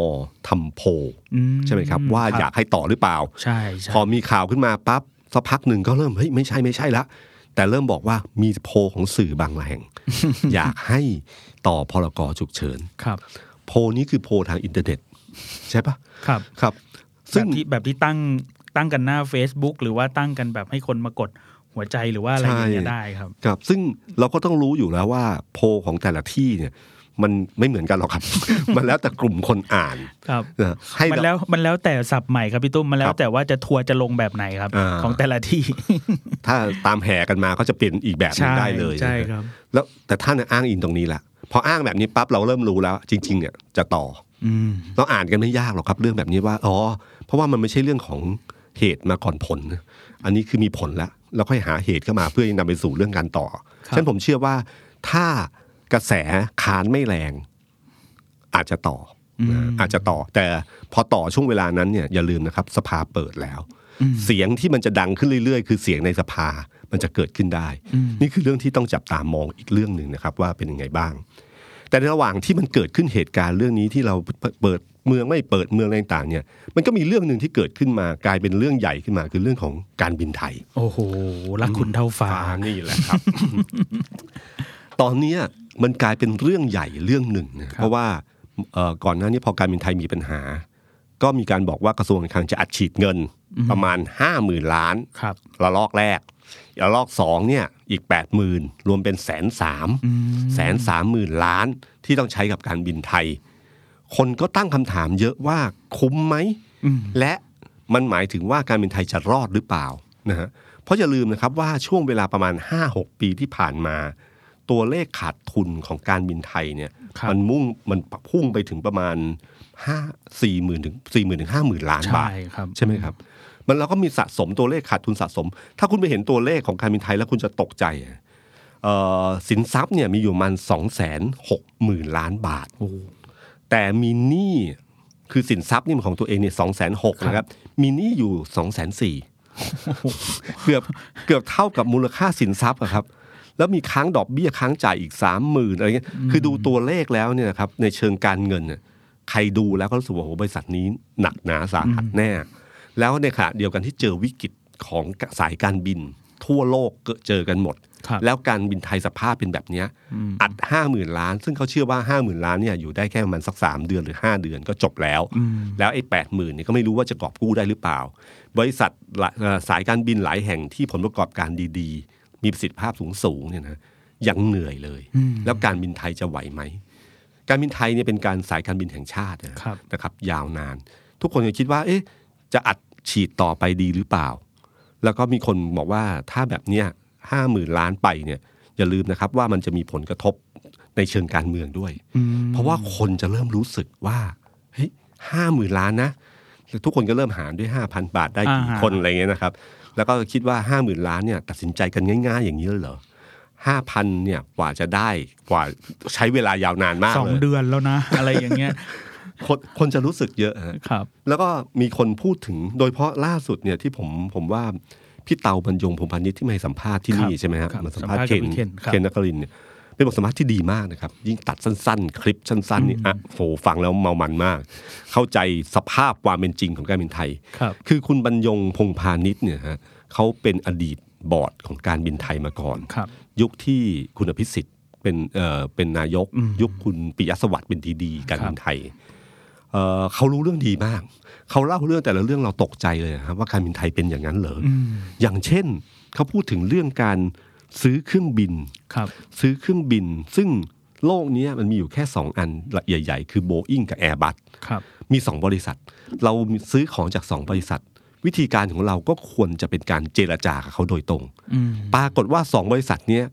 [SPEAKER 3] ทำโพล
[SPEAKER 4] อืม
[SPEAKER 3] ใช่ไหมครับ ว่า
[SPEAKER 4] ครับ
[SPEAKER 3] อยากให้ต่อหรือเปล่า
[SPEAKER 4] ใช่ใช่
[SPEAKER 3] พอมีข่าวขึ้นมาปั๊บสักพักหนึ่งก็เริ่มเฮ้ยไม่ใช่ไม่ใช่ละแต่เริ่มบอกว่ามีโพลของสื่อบางแห่
[SPEAKER 4] (laughs)
[SPEAKER 3] ง อยากให้ต่อพรกฉุกเฉิน
[SPEAKER 4] ครับ
[SPEAKER 3] โพลนี้คือโพลทางอินเทอร์เน็ต ใช่ปะ
[SPEAKER 4] ครับ
[SPEAKER 3] ครับ
[SPEAKER 4] แบ
[SPEAKER 3] ซึ่ง
[SPEAKER 4] บที่แบบที่ตั้งตั้งกันหน้า Facebook หรือว่าตั้งกันแบบให้คนมากดหัวใจหรือว่าอะไรอย่างเงี้ยได้ครับ
[SPEAKER 3] ครับซึ่งเราก็ต้องรู้อยู่แล้วว่าโพลของแต่ละที่เนี่ย มันไม่เหมือนกันหรอกครับ (laughs) มันแล้วแต่กลุ่มคน
[SPEAKER 4] (laughs)
[SPEAKER 3] อ่าน
[SPEAKER 4] ครับ
[SPEAKER 3] นะให้
[SPEAKER 4] มัน
[SPEAKER 3] เรา
[SPEAKER 4] แล้วมันแล้วแต่สับใหม่ครับพี่ตุ้มมันแล้
[SPEAKER 3] คว รับ
[SPEAKER 4] แต่ว่าจะทัวร์จะลงแบบไหนครับ
[SPEAKER 3] อ่า
[SPEAKER 4] ของแต่ละที่
[SPEAKER 3] ถ้าตามแห่กันมาก็จะเปลี่ยนอีกแบบหนึงได้เลย
[SPEAKER 4] ใช่ใช่ครับ
[SPEAKER 3] แล้วแต่ท่านน่ะอ้างอิงตรงนี้แหละพออ้างแบบนี้ปั๊บเราเริ่มรู้แล้ว จริง ๆ เนี่ยจะ (laughs) ต่อ
[SPEAKER 4] อืม
[SPEAKER 3] เราอ่านกันไม่ยากหรอกครับเรื่องแบบนี้ว่าอ๋อเพราะว่ามันไม่ใช่เรื่องของเหตุมาก่อนผล อันนี้คือมีผลแล้วเราค่อยหาเหตุเข้ามาเพื่อนำไปสู่เรื่องการต่อ
[SPEAKER 4] ครับ
[SPEAKER 3] ฉะนั้นผมเชื่อว่าถ้ากระแสค้านไม่แรง อาจจะต่ออนะอาจจะต่อ แต่พอต่อช่วงเวลานั้นเนี่ยอย่าลืมนะครับ สภาเปิดแล้ว เสียงที่มันจะดังขึ้นเรื่อยๆ คือเสียงในสภามันจะเกิดขึ้นได้ นี่คือเรื่องที่ต้องจับตามองอีกเรื่องหนึ่งนะครับ ว่าเป็นยังไงบ้าง แต่ในระหว่างที่มันเกิดขึ้นเหตุการณ์เรื่องนี้ที่เราเปิดเมืองไม่เปิดเมืองอะไรต่างๆเนี่ยมันก็มีเรื่องหนึ่งที่เกิดขึ้นมากลายเป็นเรื่องใหญ่ขึ้นมาคือเรื่องของการบินไทย
[SPEAKER 4] โอ้โหรักคุณเท่าฟ้า
[SPEAKER 3] ฟ้านี่แหละครับ (laughs) ตอนเนี้ยมันกลายเป็นเรื่องใหญ่เรื่องหนึ่งนะเพราะว่าเอ่อก่อนหน้านี้พอการบินไทยมีปัญหา ก็มีการบอกว่ากระทรวงการคลังจะอัดฉีดเงินประมาณ 5 0,000 ล้าน
[SPEAKER 4] ครับ
[SPEAKER 3] ระลอกแรกระลอกสองเนี่ยอีก 8 0,000 รวมเป็นแสนสามแสนสามหมื่นล้านที่ต้องใช้กับการบินไทย คนก็ตั้งคำถามเยอะว่าคุ้มไหม และมันหมายถึงว่าการบินไทยจะรอดหรือเปล่านะฮะเพราะอย่าลืมนะครับว่าช่วงเวลาประมาณ 5-6 ปีที่ผ่านมา ตัวเลขขาดทุนของการบินไทยเนี่ย
[SPEAKER 4] ครับ
[SPEAKER 3] มันมุ่งมันพุ่งไปถึงประมาณ5 4 0 0 0 0ถึง40,000ถึง50,000 ล้านบา
[SPEAKER 4] ใช่
[SPEAKER 3] ท
[SPEAKER 4] ครับ
[SPEAKER 3] ใช่ไหมครับ มันเราก็มีสะสมตัวเลขขาดทุนสะสม ถ้าคุณไปเห็นตัวเลขของการบินไทยแล้วคุณจะตกใจอะเอ่อสินทรัพย์เนี่ยมีอยู่ประมันสองแสนหกหมื่นล้านบาท แต่มีหนี้คือสินทรัพย์นี่ของตัวเองเนี่ยสองแสนหกนะครับ มีหนี้อยู่สองแสนสี่เกือบเกือบเท่ากับมูลค่าสินทรัพย์อะครับ แล้วมีค้างดอกเบี้ยค้างจ่ายอีกสามหมื่นอะไรเงี้ยคือดูตัวเลขแล้วเนี่ยนะครับในเชิงการเงินเนี่ยใครดูแล้วก็รู้สึกว่าโอ้โหบริษัทนี้หนักหนาสาหัสแน่ แล้วในขณะเดียวกันที่เจอวิกฤตของสายการบิน ทั่วโลกเกิดเจอกันหมด
[SPEAKER 4] ครับ
[SPEAKER 3] แล้วการบินไทยสภาพเป็นแบบเนี้ยอัดห้าหมื่นล้าน ซึ่งเขาเชื่อว่าห้าหมื่นล้านเนี่ยอยู่ได้แค่ประมาณสักสามเดือนหรือห้าเดือนก็จบแล้ว แล้วไอ้แปดหมื่นเนี่ยก็ไม่รู้ว่าจะกอบกู้ได้หรือเปล่า บริษัทละเอ่อสายการบินหลายแห่งที่ผลประกอบการดีๆ มีประสิทธิภาพสูงๆเนี่ยนะยังเหนื่อยเลย แล้วการบินไทยจะไหวไหม การบินไทยเนี่ยเป็นการสายการบินแห่งชาตินะครับ นะครับ ยาวนาน ทุกคนยังคิดว่า เอ๊ะ จะอัดฉีดต่อไปดีหรือเปล่า แล้วก็มีคนบอกว่าถ้าแบบเนี้ยห้าหมื่นล้านไปเนี่ยอย่าลืมนะครับว่ามันจะมีผลกระทบในเชิงการเมืองด้วย เพราะว่าคนจะเริ่มรู้สึกว่าเฮ้ยห้าหมื่นล้านนะแล้วทุกคนก็เริ่มหารด้วย 5,000 บาทได้กี่
[SPEAKER 4] อ่าฮะ
[SPEAKER 3] คนอะไรเงี้ยนะครับ แล้วก็คิดว่า 5 0,000 ล้านเนี่ยตัดสินใจกันง่าย ๆ อย่างนี้เลยเหรอ5,000เนี่ยกว่าจะได้กว่าใช้เวลายาวนานมาก
[SPEAKER 4] สอง
[SPEAKER 3] เลย
[SPEAKER 4] เดือนแล้วนะ อะไรอย่างเงี้ย (laughs)
[SPEAKER 3] คนคนจะรู้สึกเยอะฮะ
[SPEAKER 4] ครับ
[SPEAKER 3] แล้วก็มีคนพูดถึงโดยเฉพาะล่าสุดเนี่ยที่ผมผมว่าพี่เตาบรรยงพงษ์พันนิชที่มาให้สัมภาษณ์ที่นี่
[SPEAKER 4] ครับ
[SPEAKER 3] ใช่ไหมครับ
[SPEAKER 4] ครับ
[SPEAKER 3] มาสัมภาษณ์
[SPEAKER 4] สั
[SPEAKER 3] เคน
[SPEAKER 4] มภาษณ์กับพี่เคนครับ
[SPEAKER 3] เคนนักรินทร์เนี่ยเป็นบทสัมภาษณ์ที่ดีมากนะครับ ยิ่งตัดสั้นๆ คลิปสั้นๆนี่อ่ะโหฟังแล้วเมามันมาก เข้าใจสภาพความเป็นจริงของการบินไทย
[SPEAKER 4] ครับ
[SPEAKER 3] คือคุณบรรยงพงษ์พาณิชย์เนี่ยฮะเขาเป็นอดีตบอร์ดของการบินไทยมาก่อน
[SPEAKER 4] ครับ
[SPEAKER 3] ยุคที่คุณอภิสิทธิ์เป็นเอ่อเป็นนายก ยุคคุณปิยะสวัสดิ์เป็นดีดีการบินไทยเอ่อเขารู้เรื่องดีมาก เขาเล่าเรื่องแต่ละเรื่องเราตกใจเลยนะครับว่าการบินไทยเป็นอย่างนั้นเหรอออย่างเช่นเขาพูดถึงเรื่องการซื้อเครื่องบิน
[SPEAKER 4] ครับ
[SPEAKER 3] ซื้อเครื่องบิน ซึ่งโลกเนี้ยมันมีอยู่แค่ 2 อันใหญ่ๆ คือ Boeing กับ Airbus
[SPEAKER 4] ครับ
[SPEAKER 3] มี 2 บริษัท เราซื้อของจาก 2 บริษัท วิธีการของเราก็ควรจะเป็นการเจรจากับเขาโดยตรง ปรากฏว่า 2 บริษัทเนี้ย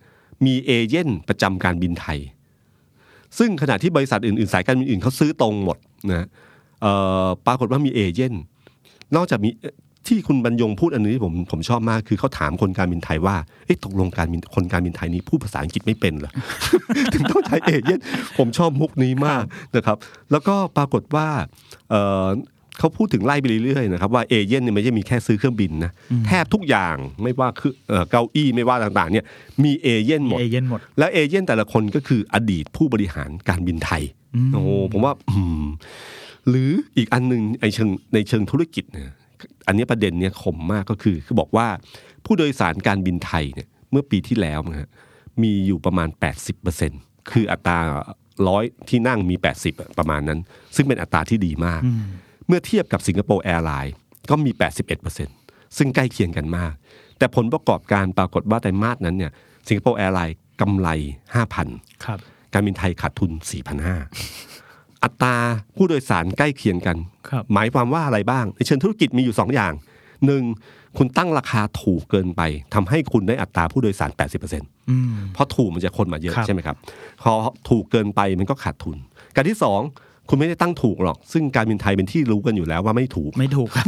[SPEAKER 3] มีเอเย่นประจำการบินไทย ซึ่งขณะที่บริษัทอื่น ๆ สายการบินอื่นเขาซื้อตรงหมดนะเอ่อปรากฏว่ามีเอเย่นนอกจากมีเอ่อที่คุณบรรยงพูดอันนี้ผมผมชอบมากคือเขาถามคนการบินไทยว่าเอ๊ะตกลงการบินคนการบินไทยนี้พูดภาษาอังกฤษไม่เป็นเหรอ (laughs) ถึงต้องใช้เอเย่นผมชอบมุกนี้มากนะครับ แล้วก็ปรากฏว่าเอ่อเขาพูดถึงไล่ไปเรื่อยๆนะครับว่าเอเย่นเนี่ยไม่ใช่มีแค่ซื้อเครื่องบินนะแทบทุกอย่างไม่ว่าคือเอ่อเก้าอี้ไม่ว่าต่างๆเนี่ยมีเอเย่นหมด
[SPEAKER 4] เอเย่นหมด
[SPEAKER 3] แล้วเอเย่นแต่ละคนก็คืออดีตผู้บริหารการบินไทย โอ้โหผมว่าอืมหรืออีกอันหนึ่งในเชิงในเชิงธุรกิจเนี่ยอันนี้ประเด็นเนี่ยคมมากก็คือคือบอกว่าผู้โดยสารการบินไทยเนี่ยเมื่อปีที่แล้วนะฮะมีอยู่ประมาณ 80%คืออัตราร้อยที่นั่งมี 80อะประมาณนั้น ซึ่งเป็นอัตราที่ดีมาก เมื่อเทียบกับสิงคโปร์แอร์ไลน์ก็มี 81%ซึ่งใกล้เคียงกันมาก แต่ผลประกอบการปรากฏว่าไตรมาสนั้นเนี่ยสิงคโปร์แอร์ไลน์กำไร 5,000
[SPEAKER 4] ครับ
[SPEAKER 3] การบินไทยขาดทุน 4,500 อัตราผู้โดยสารใกล้เคียงกัน
[SPEAKER 4] ครับ
[SPEAKER 3] หมายความว่าอะไรบ้าง ในเชิงธุรกิจมีอยู่ 2 อย่าง 1. คุณตั้งราคาถูกเกินไปทำให้คุณได้อัตราผู้โดยสาร 80%เพราะถูกมันจะคนมาเยอะ
[SPEAKER 4] ครับ
[SPEAKER 3] ใช่ไหมครับพอถูกเกินไปมันก็ขาดทุน การที่ 2 คุณไม่ได้ตั้งถูกหรอก ซึ่งการบินไทยเป็นที่รู้กันอยู่แล้วว่าไม่ถูก
[SPEAKER 4] ไม่ถูกครับ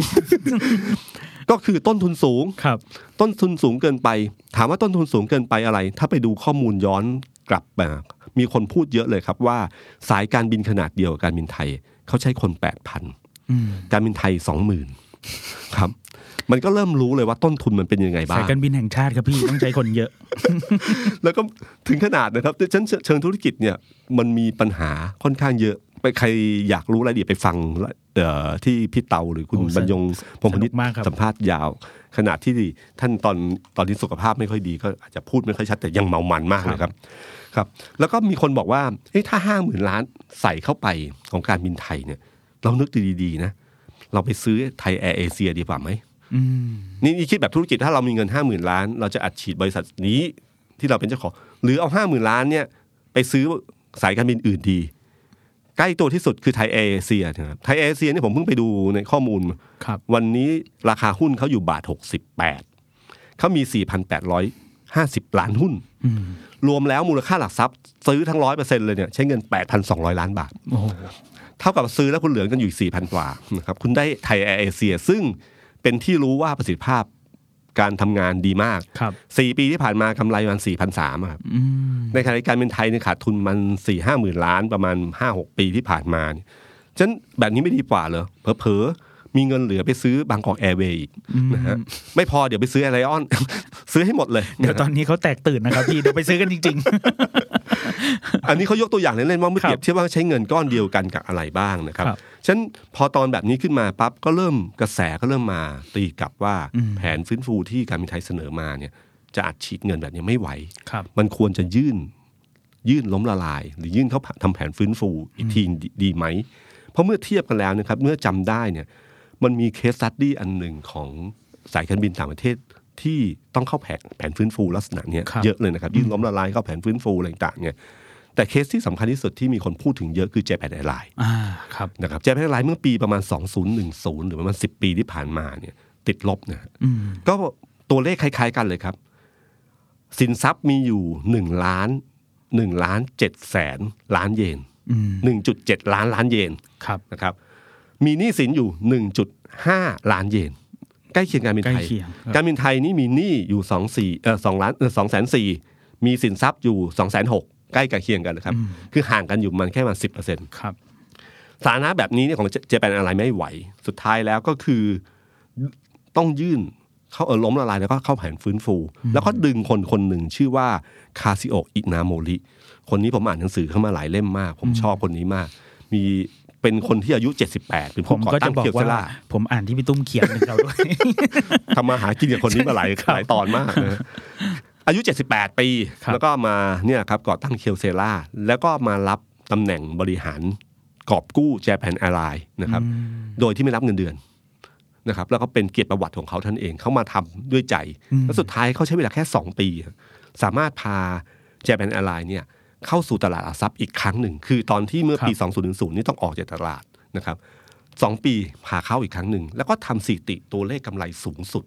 [SPEAKER 3] ก็คือต้นทุนสูง
[SPEAKER 4] ครับ
[SPEAKER 3] ต้นทุนสูงเกินไป ถามว่าต้นทุนสูงเกินไปอะไร ถ้าไปดูข้อมูลย้อนกลับมา มีคนพูดเยอะเลยครับว่า สายการบินขนาดเดียวกับการบินไทย เขาใช้คน 8,000 การบินไทย 20,000 ครับ มันก็เริ่มรู้เลยว่าต้นทุนมันเป็นยังไงบ้า
[SPEAKER 4] สาย
[SPEAKER 3] ง
[SPEAKER 4] การบินแห่งชาติครับพี่ ต้องใช้คนเยอะ
[SPEAKER 3] (laughs) แล้วก็ถึงขนาดนะครับเชิงเชิงธุรกิจเนี่ยมันมีปัญหาค่อนข้างเยอะไปใครอยากรู้รายละเอียดไปฟังเอ่อที่พี่เตาหรือคุณ
[SPEAKER 4] โอ้
[SPEAKER 3] บรรยงพงพนิษ
[SPEAKER 4] สนุกมากครับ
[SPEAKER 3] สัมภาษณ์ยาว ขนาดที่ท่านตอนตอนนี้สุขภาพไม่ค่อยดีก็อาจจะพูดไม่ค่อยชัดแต่ยังเมามันมากเลยครับครับ แล้วก็มีคนบอกว่าเฮ้ยถ้าห้าหมื่นล้านใส่เข้าไปของการบินไทยเนี่ย เรานึกดูดีๆนะ เราไปซื้อไทยแอร์เอเชียดีกว่าไหม
[SPEAKER 4] อืม
[SPEAKER 3] นี่นี่คิดแบบธุรกิจถ้าเรามีเงิน 5 0,000 ล้าน เราจะอัดฉีดบริษัทนี้ที่เราเป็นเจ้าของ หรือเอา 5 0,000 ล้านเนี่ยไปซื้อสายการบินอื่นดี ใกล้ตัวที่สุดคือไทยแอร์เอเชียนะครับไทยแอร์เอเชียเนี่ยผมเพิ่งไปดูในข้อมูล
[SPEAKER 4] ครับ
[SPEAKER 3] วันนี้ราคาหุ้นเขาอยู่บาท 68 เขามี 4,850 ล้านหุ้น
[SPEAKER 4] อืม
[SPEAKER 3] รวมแล้วมูลค่าหลักทรัพย์ซื้อทั้ง 100%เลยเนี่ยใช้เงิน 8,200 ล้านบาท
[SPEAKER 4] โอ้โห
[SPEAKER 3] เท่ากับซื้อแล้วคุณเหลือกันอยู่สี่พันกว่า (laughs) นะครับคุณได้ไทยแอร์เอเชียซึ่งเป็นที่รู้ว่าประสิทธิภาพการทำงานดีมาก
[SPEAKER 4] ครับ
[SPEAKER 3] สี่ปีที่ผ่านมากำไรประมาณสี่พันสามครับ
[SPEAKER 4] อืม
[SPEAKER 3] ในขณะที่การเป็นไทยเนี่ยขาดทุนมันสี่ห้าหมื่นล้านประมาณห้าหกปีที่ผ่านมาเนี่ยฉะนั้นแบบนี้ไม่ดีกว่าเหรอเผลอๆมีเงินเหลือไปซื้อบางกอกแอร์เวย์อีกนะฮะไม่พอเดี๋ยวไปซื้อแอร์ไลออน (laughs) ซื้อให้หมดเลย
[SPEAKER 4] เดี๋ยวตอนนี้เขาแตกตื่นนะครับพี่ เดี๋ยวไปซื้อกันจริง
[SPEAKER 3] อันนี้เขายกตัวอย่างเล่นๆว่าไม่
[SPEAKER 4] ครับ
[SPEAKER 3] เปรียบเทียบว่าใช้เงินก้อนเดียวกันกับอะไรบ้างนะครับ
[SPEAKER 4] ครับ
[SPEAKER 3] ฉะนันพอตอนแบบนี้ขึ้นมาปั๊บก็เริ่มกระแสก็เริ่มมาตีกลับว่าแผนฟื้นฟูที่การบินไทยเสนอมาเนี่ยจะอัดฉีดเงินแบบนี้ไม่ไหว
[SPEAKER 4] ๆ ครับ
[SPEAKER 3] มันควรจะยื่นยื่นล้มละลาย หรือยื่นเขาทำแผนฟื้นฟูอีกทีดีดีไหม เพราะเมื่อเทียบกันแล้วนะครับ เมื่อจำได้เนี่ยมันมีเคสสตัดดี้อันหนึ่งของสายการบินต่างประเทศที่ต้องเข้าแผนแผนฟื้นฟูลักษณะเนี้ย
[SPEAKER 4] ครับ
[SPEAKER 3] เยอะเลยนะครับ ยื่นล้มละลายเข้าแผนฟื้นฟูอะไรต่างๆเนี่ยแต่เคสที่สำคัญที่สุดที่มีคนพูดถึงเยอะคือ Japan Airlines
[SPEAKER 4] อ่า ครับ
[SPEAKER 3] นะครับ Japan Airlines เมื่อปีประมาณ 2010 หรือประมาณ 10 ปีที่ผ่านมาเนี่ยติดลบนะฮะ
[SPEAKER 4] อืม
[SPEAKER 3] ก็ตัวเลขคล้าย ๆกันเลยครับ สินทรัพย์มีอยู่หนึ่งล้านหนึ่งล้านเจ็ดแสนล้านเยน
[SPEAKER 4] อืม
[SPEAKER 3] หนึ่งจุดเจ็ดล้านล้านเยน
[SPEAKER 4] ครับ
[SPEAKER 3] นะครับ มีหนี้สินอยู่หนึ่งจุดห้าล้านเยน ใกล้เคียงการบินไท
[SPEAKER 4] ใกล้
[SPEAKER 3] ย
[SPEAKER 4] เคียงครับ
[SPEAKER 3] การบินไทยนี่มีหนี้อยู่สองสี่เออสองล้านเออสองแสนสี่มีสินทรัพย์อยู่สองแสนหกใกล้ใกล้เคียงกันนะครับ คือห่างกันอยู่ประมันแค่ประมาณสิบเปอร์เซ็นต
[SPEAKER 4] ครับ
[SPEAKER 3] สถานะแบบนี้เนี่ยของเจแปนอะไรไม่ไหว สุดท้ายแล้วก็คือต้องยื่นเข้าเออล้มละลายแล้วก็เข้าแผนฟื้นฟู แล้วก็ดึงคนคนหนึ่งชื่อว่าคาซิโออินาโมริคนนี้ผมอ่านหนังสือเข้ามาหลายเล่มมาก ผมชอบคนนี้มาก มีเป็นคนที่อายุ 78 เป็น
[SPEAKER 4] ผ
[SPEAKER 3] ผู้
[SPEAKER 4] ม
[SPEAKER 3] ก่อ
[SPEAKER 4] ก็
[SPEAKER 3] ตั้
[SPEAKER 4] จะ
[SPEAKER 3] ง
[SPEAKER 4] บอก
[SPEAKER 3] เกียว
[SPEAKER 4] ว่า
[SPEAKER 3] ซาร่า
[SPEAKER 4] ผมอ่านที่พี่ตุ้มเขียนหนึ่งเราด้วย
[SPEAKER 3] ทำมาหากินกับคนนี้มาหลายหลายตอนมากนะอายุ 78 ปี
[SPEAKER 4] ครับ
[SPEAKER 3] แล้วก็มาเนี่ยครับก่อตั้งเคียวเซล่าแล้วก็มารับตำแหน่งบริหารกอบกู้แจแปนแอร์ไลน์นะครับ
[SPEAKER 4] อืม
[SPEAKER 3] โดยที่ไม่รับเงินเดือนนะครับแล้วก็เป็นเกียรติประวัติของเขาท่านเองเขามาทำด้วยใจ
[SPEAKER 4] อืม
[SPEAKER 3] แล้วสุดท้ายเขาใช้เวลาแค่ 2 ปี สามารถพา Japan Airlines เนี่ยเข้าสู่ตลาดหลักทรัพย์อีกครั้งหนึ่ง คือตอนที่เมื่อปี 2010 นี่ต้องออกจากตลาดนะครับสองปีพาเข้าอีกครั้งหนึ่ง แล้วก็ทำสถิติตัวเลขกำไรสูงสุด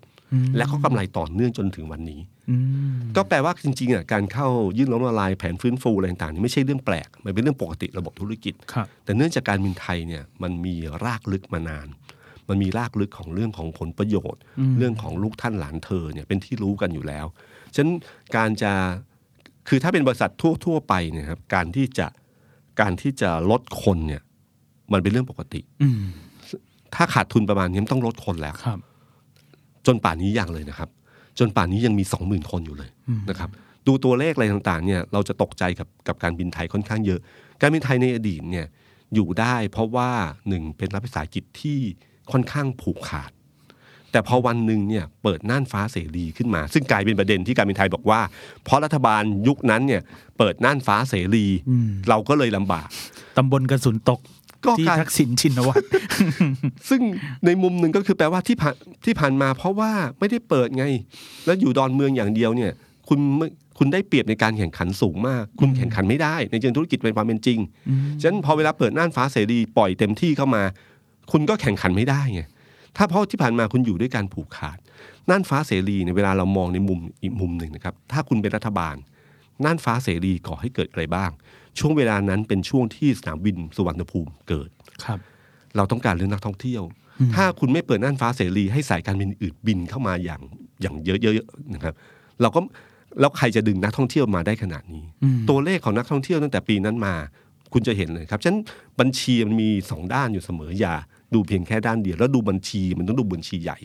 [SPEAKER 3] และก็กำไรต่อเนื่องจนถึงวันนี้
[SPEAKER 4] อืม
[SPEAKER 3] ก็แปลว่าจริงๆอ่ะการเข้ายื่นล้มละลายแผนฟื้นฟูอะไรต่างๆนี่ไม่ใช่เรื่องแปลกมันเป็นเรื่องปกติระบบธุรกิจ
[SPEAKER 4] ครับ
[SPEAKER 3] แต่เนื่องจากการบินไทยเนี่ยมันมีรากลึกมานาน มันมีรากลึกของเรื่องของผลประโยชน์ เรื่องของลูกท่านหลานเธอเนี่ยเป็นที่รู้กันอยู่แล้ว ฉะนั้นการจะคือถ้าเป็นบริษัททั่วทั่วไปเนี่ยครับการที่จะการที่จะลดคนเนี่ยมันเป็นเรื่องปกติ
[SPEAKER 4] อืม
[SPEAKER 3] ถ้าขาดทุนประมาณนี้มันต้องลดคนแล้ว
[SPEAKER 4] ครับ
[SPEAKER 3] จนป่านนี้ยังเลยนะครับ จนป่านนี้ยังมี 20,000 คนอยู่เลยนะครับดูตัวเลขอะไรต่างๆเนี่ยเราจะตกใจกับกับการบินไทยค่อนข้างเยอะ การบินไทยในอดีตเนี่ยอยู่ได้เพราะว่าหนึ่งเป็นรัฐวิสาหกิจที่ค่อนข้างผูกขาด แต่พอวันหนึ่งเนี่ยเปิดน่านฟ้าเสรีขึ้นมา ซึ่งกลายเป็นประเด็นที่การบินไทยบอกว่า เพราะรัฐบาลยุคนั้นเนี่ยเปิดน่านฟ้าเสรี เราก็เลยลำบาก
[SPEAKER 4] ตำบลกระสุนตก
[SPEAKER 3] ก็
[SPEAKER 4] ที่
[SPEAKER 3] การ
[SPEAKER 4] ทักษิณชินวัตร
[SPEAKER 3] ซึ่งในมุมหนึ่งก็คือแปลว่าที่ผ่านที่ผ่านมาเพราะว่าไม่ได้เปิดไง แล้วอยู่ดอนเมืองอย่างเดียวเนี่ย คุณไม่คุณได้เปรียบในการแข่งขันสูงมาก คุณแข่งขันไม่ได้ ในเชิงธุรกิจเป็นความเป็นจริงฉะนั้นพอเวลาเปิดน่านฟ้าเสรีปล่อยเต็มที่เข้ามา คุณก็แข่งขันไม่ได้ไงถ้าเพราะที่ผ่านมาคุณอยู่ด้วยการผูกขาดน่านฟ้าเสรีในยเวลาเรามองในมุมอีกมุมหนึ่งนะครับ ถ้าคุณเป็นรัฐบาล น่านฟ้าเสรีก่อให้เกิดอะไรบ้าง ช่วงเวลานั้นเป็นช่วงที่สนามบินสุวรรณภูมิเกิด
[SPEAKER 4] ครับ
[SPEAKER 3] เราต้องการเรื่องนักท่องเที่ยว ถ้าคุณไม่เปิดน่านฟ้าเสรี ให้สายการบินอื่นบินเข้ามาอย่างอย่างเยอะๆนะครับ เราก็แล้วใครจะดึงนักท่องเที่ยวมาได้ขนาดนี้ ตัวเลขของนักท่องเที่ยวตั้งแต่ปีนั้นมา คุณจะเห็นเลยครับฉะนั้นบัญชีมันมีสองด้านอยู่เสมออย่า ดูเพียงแค่ด้านเดียวแล้วดูบัญชีมันต้องดูบัญชีใหญ่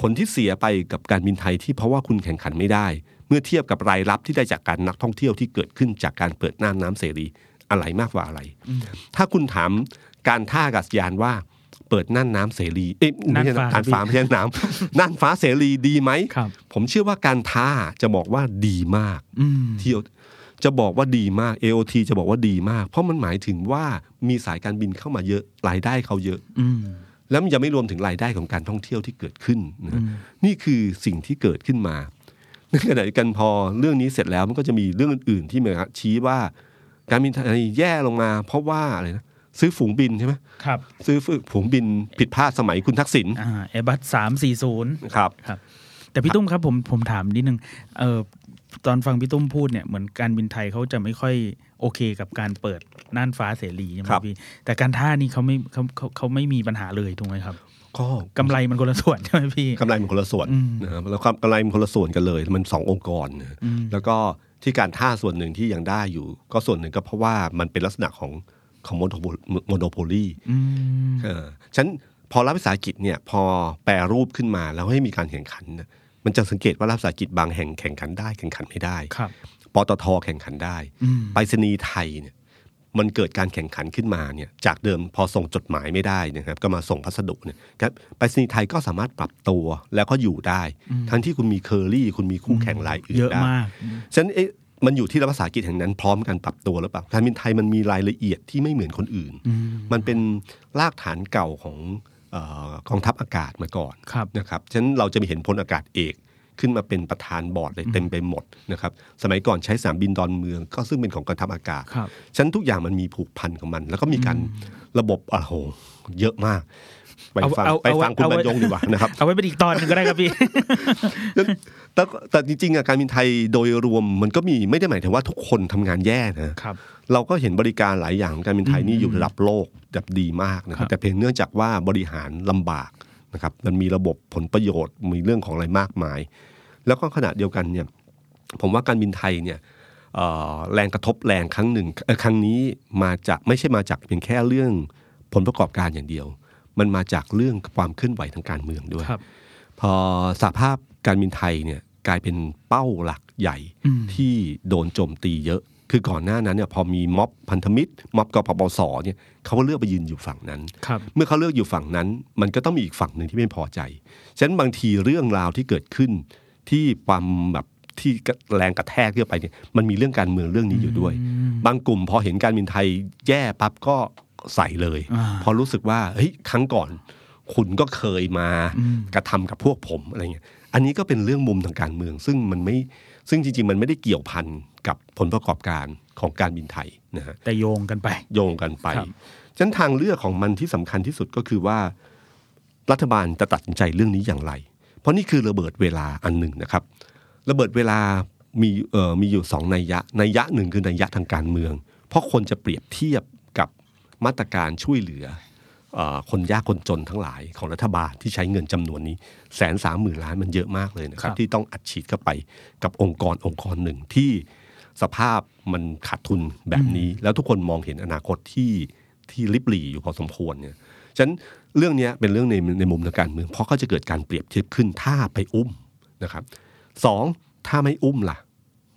[SPEAKER 3] ผลที่เสียไปกับการบินไทยที่เพราะว่าคุณแข่งขันไม่ได้ เมื่อเทียบกับรายรับที่ได้จากการนักท่องเที่ยวที่เกิดขึ้นจากการเปิดหน้าน้ำเสรีอะไรมากกว่าอะไร ถ้าคุณถามการท่าอากาศยานว่าเปิดน่านน้ำเสรีเอ๊ะไม่ใช่
[SPEAKER 4] น่าน
[SPEAKER 3] น่าน
[SPEAKER 4] ฟ้า
[SPEAKER 3] ฟ้าไม่ใช่น้ำ (laughs) น่านฟ้าเสรีดีไหม
[SPEAKER 4] ครับ
[SPEAKER 3] ผมเชื่อว่าการท่าจะบอกว่าดีมาก
[SPEAKER 4] อืม
[SPEAKER 3] เที่ยวจะบอกว่าดีมาก AOT จะบอกว่าดีมาก เพราะมันหมายถึงว่ามีสายการบินเข้ามาเยอะรายได้เขาเยอะ
[SPEAKER 4] อืม
[SPEAKER 3] แล้วมันยังไม่รวมถึงรายได้ของการท่องเที่ยวที่เกิดขึ้นนะนี่คือสิ่งที่เกิดขึ้นมาในขณะเดียวกันพอเรื่องนี้เสร็จแล้วมันก็จะมีเรื่องอื่น ๆ ที่มาชี้ว่า การบินไทยแย่ลงมา เพราะว่าอะไรนะซื้อฝูงบินใช่ไหม
[SPEAKER 4] ครับ
[SPEAKER 3] ซื้อฝูงบินผิดพลาดสมัยคุณทักษิณ
[SPEAKER 4] อ่าเอบัสสามสี่ศูนย์
[SPEAKER 3] ครับ
[SPEAKER 4] ครับแต่พี่ตุ้มครับผมผมถามนิดนึงเออตอนฟังพี่ตุ้มพูดเนี่ยเหมือนการบินไทยเขาจะไม่ค่อยโอเคกับการเปิดน่านฟ้าเสรีใช่ไหม
[SPEAKER 3] ครับ
[SPEAKER 4] พี่แต่การท่านี่เขาไม่เขาเขาเขาไม่มีปัญหาเลยถูกไหมครับ
[SPEAKER 3] ก็
[SPEAKER 4] กำไรมันคนละส่วน (laughs) ใช่ไหมพี่
[SPEAKER 3] กำไรมันคนละส่วนนะครับแล้วก็กำไรมันคนละส่วนกันเลย มันสององค์กรนะแล้วก็ที่การท่าส่วนหนึ่งที่ยังได้อยู่ ก็ส่วนหนึ่งก็เพราะว่ามันเป็นลักษณะของของโมโนโพลี
[SPEAKER 4] อืม
[SPEAKER 3] เออฉะนันพอรัฐวิสาหกิจเนี่ยพอแปรรูปขึ้นมาแล้วให้มีการแข่งขันเนี่ยมันจะสังเกตว่ารัฐวิสาหกิจบางแห่งแข่งขันได้แข่งขันไม่ได้
[SPEAKER 4] ครับ
[SPEAKER 3] ปตทแข่งขันได้ไปรษณีย์ไทยเนี่ยมันเกิดการแข่งขันขึ้นมาเนี่ยจากเดิมพอส่งจดหมายไม่ได้นะครับก็มาส่งพัสดุเนี่ยครับไปรษณีย์ไทยก็สามารถปรับตัวแล้วก็อยู่ได้ ทั้งที่คุณมีเคอรี่ คุณมีคู่แข่งรายอื่น
[SPEAKER 4] เยอะ
[SPEAKER 3] ได้
[SPEAKER 4] มาก
[SPEAKER 3] ฉะนั้นเอ๊ะมันอยู่ที่รัฐวิสาหกิจแห่งนั้นพร้อมกันปรับตัวหรือเปล่าการบินไทยมันมีรายละเอียดที่ไม่เหมือนคนอื่น มันเป็นรากฐานเก่าของเออกองทัพอากาศมาก่อน
[SPEAKER 4] ครับ
[SPEAKER 3] นะครับฉะนั้นเราจะมีเห็นพลอากาศเอกขึ้นมาเป็นประธานบอร์ดเลยเต็มไปหมดนะครับสมัยก่อนใช้สนามบินดอนเมือง ก็ซึ่งเป็นของกองทัพอากาศ
[SPEAKER 4] ครับ
[SPEAKER 3] ฉะนันทุกอย่างมันมีผูกพันของมัน แล้วก็มีการระบบโอ้โหเยอะมาก ไป
[SPEAKER 4] เอา
[SPEAKER 3] ฟัง
[SPEAKER 4] เอา
[SPEAKER 3] ไป
[SPEAKER 4] เอา
[SPEAKER 3] ฟังคุณ
[SPEAKER 4] เอา
[SPEAKER 3] บร
[SPEAKER 4] ไว้
[SPEAKER 3] รยงดีกว่านะครับ
[SPEAKER 4] เอาไว้เป็นอีกตอนหนึ่งก็ได้ครับ
[SPEAKER 3] (laughs)
[SPEAKER 4] พี่
[SPEAKER 3] แต่แต่จริงๆอะการบินไทยโดยรวมมันก็มีไม่ได้หมายถึงว่าทุกคนทำงานแย่นะ
[SPEAKER 4] ครับ
[SPEAKER 3] เราก็เห็นบริการหลายอย่างของการบินไทยนี่อยู่ระดับโลกแบบดีมากนะค
[SPEAKER 4] ครั
[SPEAKER 3] รับ
[SPEAKER 4] บ
[SPEAKER 3] แต่เพียงเนื่องจากว่าบริหารลำบากนะครับมันมีระบบผลประโยชน์มีเรื่องของอะไรมากมาย แล้วก็ขณะเดียวกันเนี่ยผมว่าการบินไทยเนี่ยเอ่อแรงกระทบแรงครั้งหนึ่งเอ่อครั้งนี้มาจากไม่ใช่มาจากเพียงแค่เรื่องผลประกอบการอย่างเดียว มันมาจากเรื่องความเคลื่อนไหวทางการเมืองด้วย
[SPEAKER 4] ครับ
[SPEAKER 3] พอสหภาพการบินไทยเนี่ยกลายเป็นเป้าหลักใหญ่ที่โดนโจมตีเยอะ คือก่อนหน้านั้นเนี่ยพอมีม็อบพันธมิตร ม็อบกปปสเนี่ยเขาก็เลือกไปยืนอยู่ฝั่งนั้น
[SPEAKER 4] ครับ
[SPEAKER 3] เมื่อเขาเลือกอยู่ฝั่งนั้น มันก็ต้องมีอีกฝั่งหนึ่งที่ไม่พอใจ ฉะนั้นบางทีเรื่องราวที่เกิดขึ้นที่ความแบบที่แรงกระแทกเรื่อไปเนี่ยมันมีเรื่องการเมืองเรื่องนี้อยู่ด้วย บางกลุ่มพอเห็นการบินไทยแย่ปั๊บก็ใส่เลย
[SPEAKER 4] อ่า
[SPEAKER 3] พอรู้สึกว่าเฮ้ยครั้งก่อน คุณก็เคยมากระทำกับพวกผมอะไรเงี้ย อันนี้ก็เป็นเรื่องมุมทางการเมือง ซึ่งมันไม่ซึ่งจริง ๆ มันไม่ได้เกี่ยวพันกับผลประกอบการของการบินไทยนะฮะ
[SPEAKER 4] แต่โยงกันไป
[SPEAKER 3] โยงกันไป
[SPEAKER 4] ครับ
[SPEAKER 3] ฉะนั้นทางเลือกของมันที่สำคัญที่สุดก็คือว่า รัฐบาลจะตัดสินใจเรื่องนี้อย่างไร เพราะนี่คือระเบิดเวลาอันหนึ่งนะครับ ระเบิดเวลามีเอ่อมีอยู่สองนัยยะนัยยะหนึ่งคือนัยยะทางการเมือง เพราะคนจะเปรียบเทียบกับมาตรการช่วยเหลือเอ่อคนยากคนจนทั้งหลายของรัฐบาลที่ใช้เงินจำนวนนี้แสนสามหมื่นล้านมันเยอะมากเลยนะครับ ที่ต้องอัดฉีดเข้าไปกับองค์กรองค์กรหนึ่งที่สภาพมันขาดทุนแบบนี้ แล้วทุกคนมองเห็นอนาคตที่ที่ริบหรี่อยู่พอสมควรเนี่ย ฉะนั้นเรื่องเนี้ยเป็นเรื่องในในมุมทางการเมือง เพราะก็จะเกิดการเปรียบเทียบขึ้นถ้าไปอุ้มนะครับสองถ้าไม่อุ้มล่ะ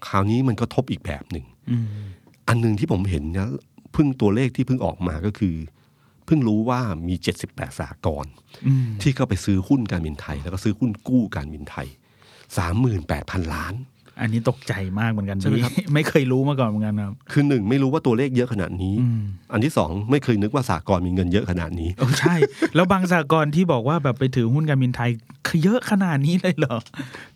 [SPEAKER 3] คราวนี้มันก็ทบอีกแบบหนึ่งอันหนึ่งที่ผมเห็นนะเพิ่งตัวเลขที่เพิ่งออกมาก็คือ เพิ่งรู้ว่ามี 78สากรณ์ที่เข้าไปซื้อหุ้นการบินไทย แล้วก็ซื้อหุ้นกู้การบินไทย 38,000 ล้าน
[SPEAKER 4] อันนี้ตกใจมากเหมือนกัน
[SPEAKER 3] ใช่ไหมครับ
[SPEAKER 4] พี่ไม่เคยรู้มาก่อนเหมือนกันครับ
[SPEAKER 3] คือหนึ่งไม่รู้ว่าตัวเลขเยอะขนาดนี้ อันที่สองไม่เคยนึกว่าสากรณ์มีเงินเยอะขนาดนี้
[SPEAKER 4] เอ (laughs) อใช่ แล้วบางสากลที่บอกว่าแบบไปถือหุ้นการบินไทยคือเยอะขนาดนี้เลยเหรอ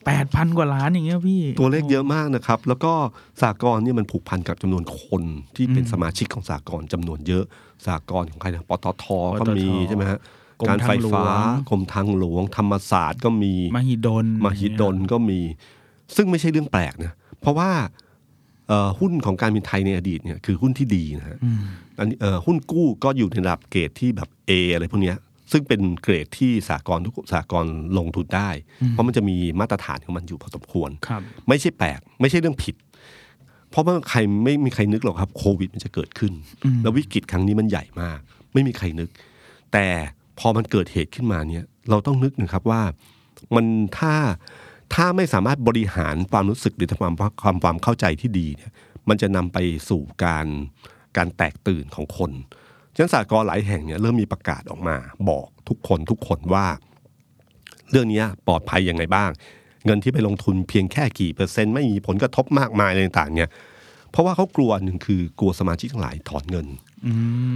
[SPEAKER 4] แปดพันกว่าล้านอย่างเงี้ยพี่
[SPEAKER 3] ตัวเลขเยอะมากนะครับ แล้วก็สากลเนี่ยมันผูกพันกับจำนวนคนที่เป็นสมาชิกของสากลจำนวนเยอะสากลของใครนะปตทก็มีใช่ไหมฮะการไฟฟ้ากรมทางหลวง ธรรมศาสตร์ก็มี
[SPEAKER 4] มหิดล
[SPEAKER 3] มหิดลก็มี ซึ่งไม่ใช่เรื่องแปลกนะเพราะว่าเอ่อหุ้นของการบินไทยในอดีตเนี่ยคือหุ้นที่ดีนะฮะอันนี้เอ่อหุ้นกู้ก็อยู่ในระดับเกรดที่แบบ A อะไรพวกเนี้ยซึ่งเป็นเกรดที่สากลทุกสากลลงทุนได้ เพราะมันจะมีมาตรฐานของมันอยู่พอสมควร
[SPEAKER 4] ครับ
[SPEAKER 3] ไม่ใช่แปลก ไม่ใช่เรื่องผิด เพราะว่าใครไม่มีใครนึกหรอกครับโควิดมันจะเกิดขึ้น แล้ววิกฤตครั้งนี้มันใหญ่มาก ไม่มีใครนึก แต่ พอมันเกิดเหตุขึ้นมาเนี่ยเราต้องนึกนะครับว่ามันถ้าถ้าไม่สามารถบริหารความรู้สึกหรือทำความความความเข้าใจที่ดีเนี่ยมันจะนำไปสู่การการแตกตื่นของคนฉะนั้นสากลหลายแห่งเนี่ยเริ่มมีประกาศออกมา บอกทุกคนทุกคนว่า เรื่องเนี้ยปลอดภัยยังไงบ้าง เงินที่ไปลงทุนเพียงแค่กี่เปอร์เซ็นต์ไม่มีผลกระทบมากมายอะไรต่างๆเนี่ยเพราะว่าเขากลัวหนึ่งคือกลัวสมาชิกทั้งหลายถอนเงิน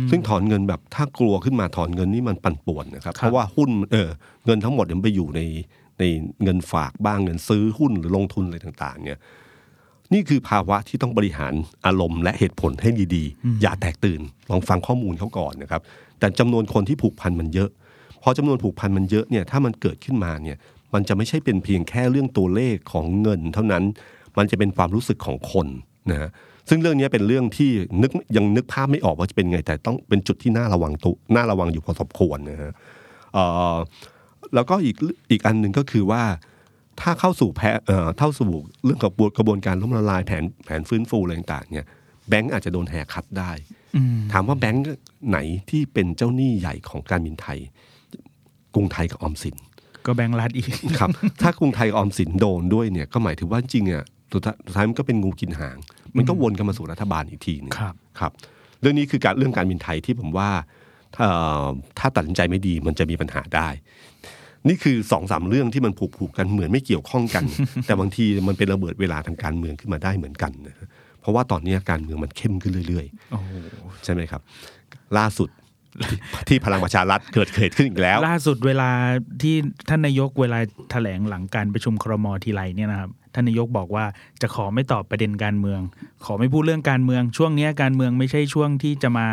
[SPEAKER 3] ซึ่งถอนเงินแบบถ้ากลัวขึ้นมาถอนเงินนี่มันปั่นป่วนนะครับ เพราะว่าหุ้นเออเงินทั้งหมดเดี๋ยวมันไปอยู่ในในเงินฝากบ้างเงินซื้อหุ้นหรือลงทุนอะไรต่างๆเนี่ยนี่คือภาวะที่ต้องบริหารอารมณ์และเหตุผลให้ดีๆ อย่าแตกตื่น ลองฟังข้อมูลเขาก่อนนะครับ แต่จำนวนคนที่ผูกพันมันเยอะ พอจำนวนผูกพันมันเยอะเนี่ยถ้ามันเกิดขึ้นมาเนี่ยมันจะไม่ใช่เป็นเพียงแค่เรื่องตัวเลขของเงิน เท่านั้นมันจะเป็นความรู้สึกของคนนะฮะซึ่งเรื่องนี้เป็นเรื่องที่นึกยังนึกภาพไม่ออกว่าจะเป็นไงแต่ต้องเป็นจุดที่น่าระวังตุน่าระวังอยู่พอสมควรนะฮะเอ่อแล้วก็อีกอีกอันหนึ่งก็คือว่า ถ้าเข้าสู่แพ้เอ่อเข้าสู่เรื่องกับกระบวนการล้มละลายแผนแผนฟื้นฟูอะไรต่างๆเนี่ยแบงก์อาจจะโดนแหกคัดได้ ถามว่าแบงก์ไหนที่เป็นเจ้าหนี้ใหญ่ของการบินไทย กรุงไทยกับออมสิน
[SPEAKER 4] ก็แบงค์รัฐอีก (laughs)
[SPEAKER 3] ครับ (laughs) ถ้ากรุงไทยออมสินโดนด้วยเนี่ยก็หมายถึงว่าจริงๆอ่ะสุดท้ายสุดท้ายมันก็เป็นงูกินหาง มันก็วนกลันมาสู่รัฐบาลอีกทีหนึง
[SPEAKER 4] ครับ
[SPEAKER 3] ครับ เรื่องนี้คือการเรื่องการบินไทยที่ผมว่าเอ่อถ้าตัดสินใจไม่ดีมันจะมีปัญหาได้ นี่คือสองสามเรื่องที่มันผูกผูกกันเหมือนไม่เกี่ยวข้องกัน
[SPEAKER 4] (laughs)
[SPEAKER 3] แต่บางทีมันเป็นระเบิดเวลาทางการเมืองขึ้นมาได้เหมือนกันนะเพราะว่าตอนนี้การเมืองมันเข้มขึ้นเรื่อยๆใช่ไหมครับ ล่าสุด (laughs) ที่ที่พลังประชารัฐเกิดเกิดขึ้นอีกแล้ว
[SPEAKER 4] ล่าสุดเวลาที่ท่านนายกเวลาแถลงหลังการประชุมครมทีไรเนี่ยนะครับท่านนายกบอกว่าจะขอไม่ตอบประเด็นการเมือง ขอไม่พูดเรื่องการเมือง ช่วงเนี้ยการเมืองไม่ใช่ช่วงที่จะมา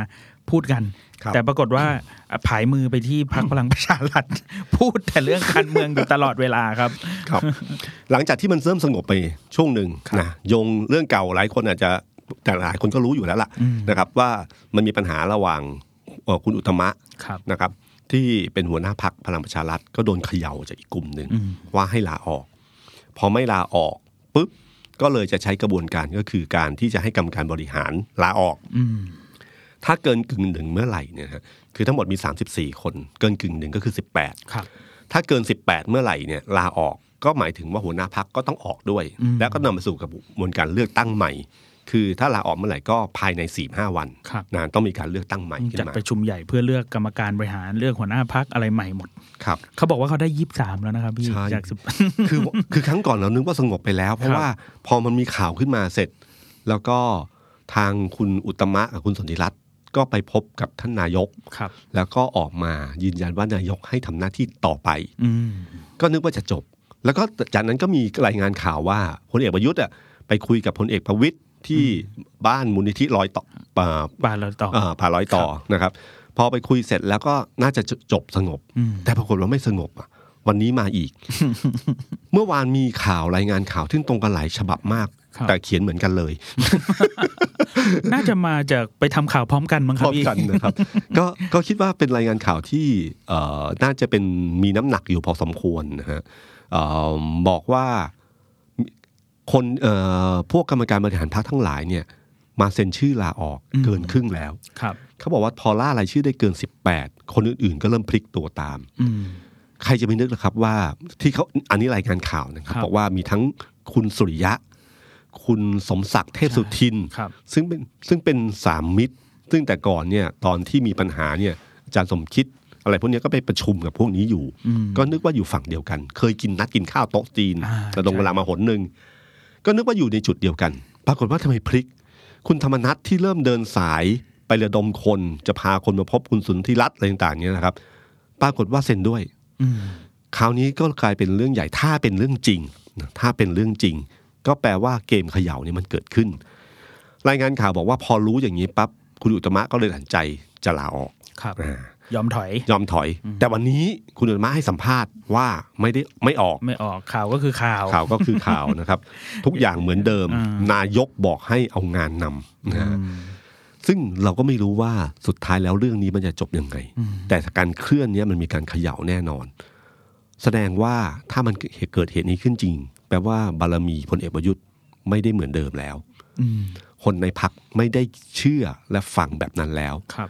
[SPEAKER 4] พูดกัน
[SPEAKER 3] ครับ
[SPEAKER 4] แต่ปรากฏว่าอ่ะผายมือไปที่พรรคพลังประชารัฐ (laughs) พูดแต่เรื่องการเมืองอยู่ตลอดเวลาครับ
[SPEAKER 3] ครับหลังจากที่มันเริ่มสงบไปช่วงหนึ่งนะโยงเรื่องเก่าหลายคนอาจจะแต่หลายคนก็รู้อยู่แล้วล่ะนะครับว่ามันมีปัญหาระหว่างเอ่อคุณอุตมะ
[SPEAKER 4] ครับ
[SPEAKER 3] นะครับที่เป็นหัวหน้าพักพลังประชารัฐก็โดนเขย่าจากอีกกลุ่มหนึ่งว่าให้ลาออก พอไม่ลาออกปุ๊บก็เลยจะใช้กระบวนการก็คือการที่จะให้กรรมการบริหารลาออก ถ้าเกินกึ่งหนึ่งเมื่อไหร่เนี่ยฮะคือทั้งหมดมี 34 คน เกินกึ่งหนึ่งก็คือ 18
[SPEAKER 4] ครับ
[SPEAKER 3] ถ้าเกิน 18 เมื่อไหร่เนี่ยลาออกก็หมายถึงว่าหัวหน้าพักก็ต้องออกด้วย แล้วก็นำมาสู่กระบวนการเลือกตั้งใหม่ คือถ้าลาออกเมื่อไหร่ก็ภายใน 4-5 วัน
[SPEAKER 4] ครับ
[SPEAKER 3] นะต้องมีการเลือกตั้งใหม่ขึ้
[SPEAKER 4] จัด
[SPEAKER 3] นมา
[SPEAKER 4] ประชุมใหญ่เพื่อเลือกกรรมการบริหารเลือกหัวหน้าพักอะไรใหม่หมด
[SPEAKER 3] ครับ
[SPEAKER 4] เขาบอกว่าเขาได้ยีิบสามแล้วนะครับพี่
[SPEAKER 3] ใช่
[SPEAKER 4] จากสิบ
[SPEAKER 3] คือคือครั้งก่อนเรานึกว่าสงบไปแล้ว เพ
[SPEAKER 4] ค
[SPEAKER 3] ราะ
[SPEAKER 4] รับ
[SPEAKER 3] ว่าพอมันมีข่าวขึ้นมาเสร็จ แล้วก็ทางคุณอุตมะกับคุณสนธิรัตน์ก็ไปพบกับท่านนายก
[SPEAKER 4] (laughs) ครับ
[SPEAKER 3] แล้วก็ออกมายืนยันว่านายกให้ทำหน้าที่ต่อไป
[SPEAKER 4] อืม
[SPEAKER 3] ก็นึกว่าจะจบ แล้วก็จากนั้นก็มีรายงานข่าวว่าพลเอกประยุทธ์อ่ะไปคุยกับพลเอกประวิตยที่บ้านมูลนิธิลอยต่อป่า
[SPEAKER 4] บานเราต่อ
[SPEAKER 3] เอ่อป่าลอยต่อนะครับ พอไปคุยเสร็จแล้วก็น่าจะจบสงบ
[SPEAKER 4] อืม
[SPEAKER 3] แต่ปรากฏว่าไม่สงบอ่ะวันนี้มา
[SPEAKER 4] (laughs)
[SPEAKER 3] อีก เมื่อวานมีข่าวรายงานข่าวที่งตรงกันหลายฉบับมาก
[SPEAKER 4] ครับ
[SPEAKER 3] แต่เขียนเหมือนกันเลย
[SPEAKER 4] (laughs)
[SPEAKER 3] (laughs)
[SPEAKER 4] น่าจะมาจากไปทำข่าวพร้อมกันมั้งค
[SPEAKER 3] พ
[SPEAKER 4] รั
[SPEAKER 3] ร้
[SPEAKER 4] บ
[SPEAKER 3] อม
[SPEAKER 4] พี่
[SPEAKER 3] กัน
[SPEAKER 4] (laughs)
[SPEAKER 3] นะครับ ก็ก็คิดว่าเป็นรายงานข่าวที่เอ่อน่าจะเป็นมีน้ำหนักอยู่พอสมควรนะฮะเอ่อบอกว่าคนเอ่อพวกกรรมการบริหารพรรคทั้งหลายเนี่ยมาเซ็นชื่อลาออกเกินครึ่งแล้ว
[SPEAKER 4] ครับ
[SPEAKER 3] เขาบอกว่าพอล่ารายชื่อได้เกิน 18 คนอื่นๆ ก็เริ่มพลิกตัวตาม
[SPEAKER 4] อืม
[SPEAKER 3] ใครจะไปนึกล่ะครับว่าที่เขาอันนี้รายงานข่าวนะครับ
[SPEAKER 4] ครับ
[SPEAKER 3] บอกว่ามีทั้งคุณสุริยะ คุณสมศักดิ์เทพสุทิน
[SPEAKER 4] ครับ
[SPEAKER 3] ซึ่งเป็นซึ่งเป็นสามมิตร ซึ่งแต่ก่อนเนี่ยตอนที่มีปัญหาเนี่ยอาจารย์สมคิด อะไรพวกเนี้ยก็ไปประชุมกับพวกนี้อยู่ ก็นึกว่าอยู่ฝั่งเดียวกัน เคยกินนัดกินข้าวโต๊ะจีน
[SPEAKER 4] อ่า
[SPEAKER 3] แต่ตรงเวลามาหนหนึ่งก็นึกว่าอยู่ในจุดเดียวกัน ปรากฏว่าทำไมพลิก คุณธรรมนัทที่เริ่มเดินสายไประดมคน จะพาคนมาพบคุณสุนทรีรัตน์อะไรต่างๆเนี่ยนะครับ ปรากฏว่าเซ็นด้วย
[SPEAKER 4] อืม
[SPEAKER 3] คราวนี้ก็กลายเป็นเรื่องใหญ่ถ้าเป็นเรื่องจริงนะถ้าเป็นเรื่องจริง ก็แปลว่าเกมเขย่าเนี่ยมันเกิดขึ้น รายงานข่าวบอกว่าพอรู้อย่างนี้ปั๊บคุณอุตตมะก็เลยตัดสินใจจะลาออก
[SPEAKER 4] ครับ
[SPEAKER 3] อ่าย
[SPEAKER 4] อมถอย
[SPEAKER 3] ยอมถอย แต่วันนี้คุณอุตตมะให้สัมภาษณ์ว่าไม่ได้ไม่ออก
[SPEAKER 4] ไม่ออกข่าวก็คือข่าว
[SPEAKER 3] ข่าวก็คือข่าว (laughs) นะครับ ทุกอย่างเหมือนเดิม นายกบอกให้เอางานนำนะฮะซึ่งเราก็ไม่รู้ว่าสุดท้ายแล้วเรื่องนี้มันจะจบยังไง แต่การเคลื่อนเนี้ยมันมีการเขย่าแน่นอน แสดงว่าถ้ามันเกิดเหตุนี้ขึ้นจริง แปลว่าบารมีพลเอกประยุทธ์ไม่ได้เหมือนเดิมแล้วคนในพักไม่ได้เชื่อและฟังแบบนั้นแล้ว
[SPEAKER 4] ครับ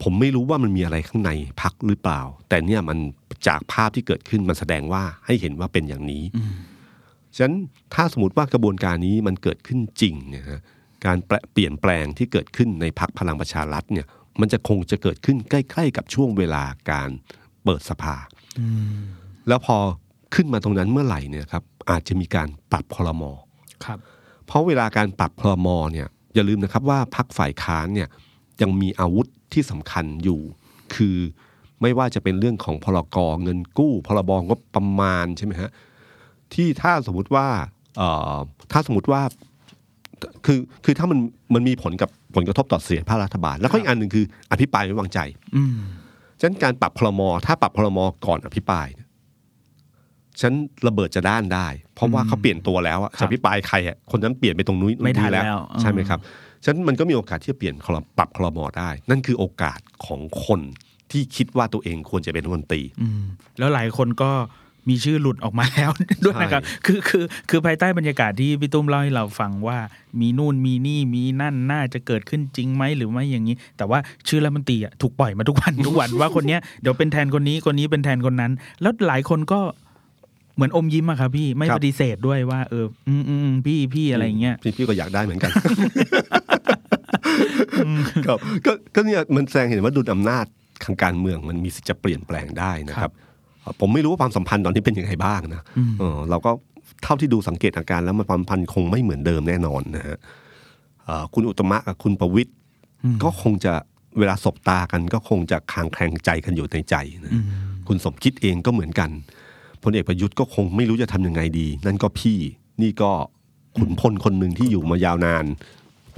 [SPEAKER 3] ผ ผมไม่รู้ว่ามันมีอะไรข้างในพักหรือเปล่า แต่เนี่ยมันจากภาพที่เกิดขึ้นมันแสดงว่าให้เห็นว่าเป็นอย่างนี้ ฉะนั้นถ้าสมมติว่ากระบวนการนี้มันเกิดขึ้นจริงเนี่ยฮะการแปลเปลี่ยนแปลงที่เกิดขึ้นในพักพลังประชารัฐเนี่ยมันจะคงจะเกิดขึ้นใกล้ๆกับช่วงเวลาการเปิดสภา แล้วพอขึ้นมาตรงนั้นเมื่อไหร่เนี่ยครับอาจจะมีการปรับคลมอ
[SPEAKER 4] ครับ
[SPEAKER 3] เพราะเวลาการปรับพรมเนี่ยอย่าลืมนะครับว่าพักฝ่ายค้านเนี่ยยังมีอาวุธที่สำคัญอยู่ คือไม่ว่าจะเป็นเรื่องของพรกเงินกู้ พรบงบประมาณใช่ไหมฮะที่ถ้าสมมติว่าเอ่อถ้าสมมติว่าคือคือถ้ามันมันมีผลกับผลกระทบต่อเสียภาครัฐบาล แล้วก็อีกอันหนึ่งคืออภิปรายไม่วางใจ
[SPEAKER 4] อืม
[SPEAKER 3] ฉะนั้นการปรับพรมถ้าปรับพรมก่อนอภิปรายเนี่ยฉันระเบิดจะด้านได้ เพราะว่าเขาเปลี่ยนตัวแล้วอะ
[SPEAKER 4] ครับ
[SPEAKER 3] จะอภิปรายใครอะคนนั้นเปลี่ยนไปตรงนู้น
[SPEAKER 4] ไม่ทัน
[SPEAKER 3] นี่
[SPEAKER 4] แล้วอืม
[SPEAKER 3] ใช่ไหมครับฉะนั้นมันก็มีโอกาสที่จะเปลี่ยนคลปรับคลมได้ นั่นคือโอกาสของคนที่คิดว่าตัวเองควรจะเป็นรัฐมนตรี
[SPEAKER 4] อืมแล้วหลายคนก็มีชื่อหลุดออกมาแล้ว (laughs) ด้วยนะครับ คือคือคือภายใต้บรรยากาศที่พี่ตุ้มเล่าให้เราฟังว่า มีนู่นมีนี่มีนั่นน่าจะเกิดขึ้นจริงไหมหรือไม่อย่างนี้ แต่ว่าชื่อรัฐมนตรีอ่ะถูกปล่อยมาทุกวัน (laughs) ทุกวันว่าคนเนี้ยเดี๋ยวเป็นแทนคนนี้คนนี้เป็นแทนคนนั้น แล้วหลายคนก็เหมือนอมยิ้มอะครับพี่ไม่
[SPEAKER 3] ครับ
[SPEAKER 4] ปฏิเสธด้วยว่าเอออืมอืมอืมพี่พี่อะไรอย่างเงี้ย
[SPEAKER 3] พี่พี่ก็อยากได้เหมือนกัน ครับก็ก็เนี่ยมันแสดงเห็นว่าดุลอำนาจทางการเมืองมันมีสิทธิ์จะเปลี่ยนแปลงได้นะครับ ผมไม่รู้ว่าความสัมพันธ์ตอนนี้เป็นยังไงบ้างนะเออเราก็เท่าที่ดูสังเกตอาการแล้วมันความสัมพันธ์คงไม่เหมือนเดิมแน่นอนนะฮะเอ่อคุณอุตตมะกับคุณประวิทย์ก็คงจะเวลาสบตากัน ก็คงจะคลางแคลงใจกันอยู่ในใจนะคุณสมคิดเองก็เหมือนกันพลเอกประยุทธ์ก็คงไม่รู้จะทำยังไงดี นั่นก็พี่นี่ก็ขุนพลคนหนึ่งที่อยู่มายาวนาน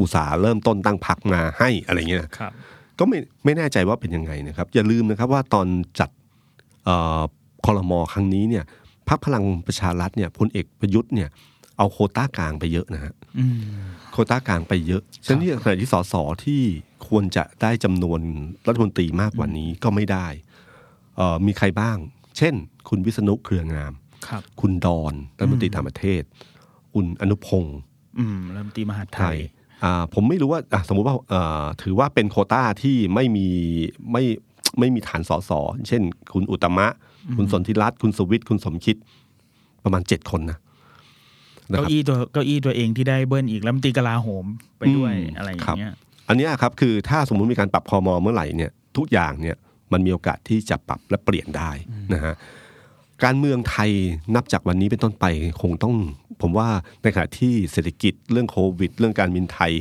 [SPEAKER 3] อุตสาห์เริ่มต้นตั้งพักมาให้อะไรเงี้ย
[SPEAKER 4] ครับ
[SPEAKER 3] ก็ไม่ไม่แน่ใจว่าเป็นยังไงนะครับ อย่าลืมนะครับว่าตอนจัดเอ่อคอรมอครั้งนี้เนี่ยพรรคพลังประชารัฐเนี่ยพลเอกประยุทธ์เนี่ยเอาโควต้ากลางไปเยอะนะฮะ
[SPEAKER 4] อืม
[SPEAKER 3] โควต้ากลางไปเยอะฉะนั้นที่ขณะที่สสที่ควรจะได้จำนวนรัฐมนตรีมากกว่านี้ก็ไม่ได้เอ่อมีใครบ้าง เช่น คุณวิษณุเครืองาม
[SPEAKER 4] ครับ
[SPEAKER 3] คุณดอนรัฐมนตรีต่างประเทศ คุณอนุพงศ์
[SPEAKER 4] อืมรัฐมนตรีมหาดไท
[SPEAKER 3] ไทย
[SPEAKER 4] ย
[SPEAKER 3] อ่าผมไม่รู้ว่าอ่ะสมมุติว่าเอ่อถือว่าเป็นโควต้าที่ไม่มีไม่ไม่มีฐานสอสอเช่น คุณอุตตมะ คุณสนธิรัตน์คุณสวิทย์คุณสมคิด ประมาณเจ็ดคนนะนะค
[SPEAKER 4] เก้า
[SPEAKER 3] รับ
[SPEAKER 4] อี้ตัวเก้าอี้ตัวเองที่ได้เบิ้ลอีกรัฐมนตรีกลาโหมไปด้วย
[SPEAKER 3] อืม
[SPEAKER 4] อะไรอย่า
[SPEAKER 3] ครับ
[SPEAKER 4] งเงี้ย
[SPEAKER 3] อันเนี้ยครับคือถ้าสมมุติมีการปรับคอมอเมื่อไหร่เนี่ยทุกอย่างเนี่ยมันมีโอกาสที่จะปรับและเปลี่ยนได้นะฮะการเมืองไทยนับจากวันนี้เป็นต้นไปคงต้อง ผมว่าในขณะที่เศรษฐกิจเรื่องโควิด เรื่องการบินไทย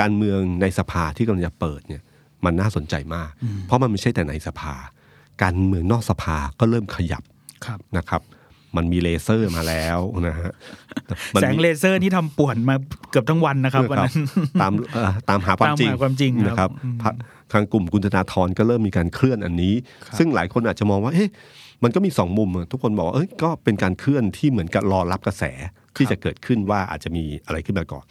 [SPEAKER 3] การเมืองในสภาที่กำลังจะเปิดเนี่ยมันน่าสนใจมาก เพราะมันไม่ใช่แต่ในสภา การเมืองนอกสภาก็เริ่มขยับ
[SPEAKER 4] ครับ
[SPEAKER 3] นะครับ มันมีเลเซอร์มาแล้วนะฮะมัน
[SPEAKER 4] แสง
[SPEAKER 3] มี
[SPEAKER 4] เลเซอร์นี่ทำป่วนมาเกือบทั้งวันนะครับวันนั้น
[SPEAKER 3] ตามเอ่อตามหาความจริง
[SPEAKER 4] ตามหาความจริงครับ
[SPEAKER 3] นะครับ
[SPEAKER 4] อืม
[SPEAKER 3] พรรคทางกลุ่มคุณธนาธรก็เริ่มมีการเคลื่อนอันนี้ ซึ่งหลายคนอาจจะมองว่าเอ๊ะมันก็มีสองมุมอะทุกคนบอกว่าเอ้ยก็เป็นการเคลื่อนที่เหมือนกับรอรับกระแสที่จะเกิดขึ้นว่าอาจจะมีอะไรขึ้นมาก่อน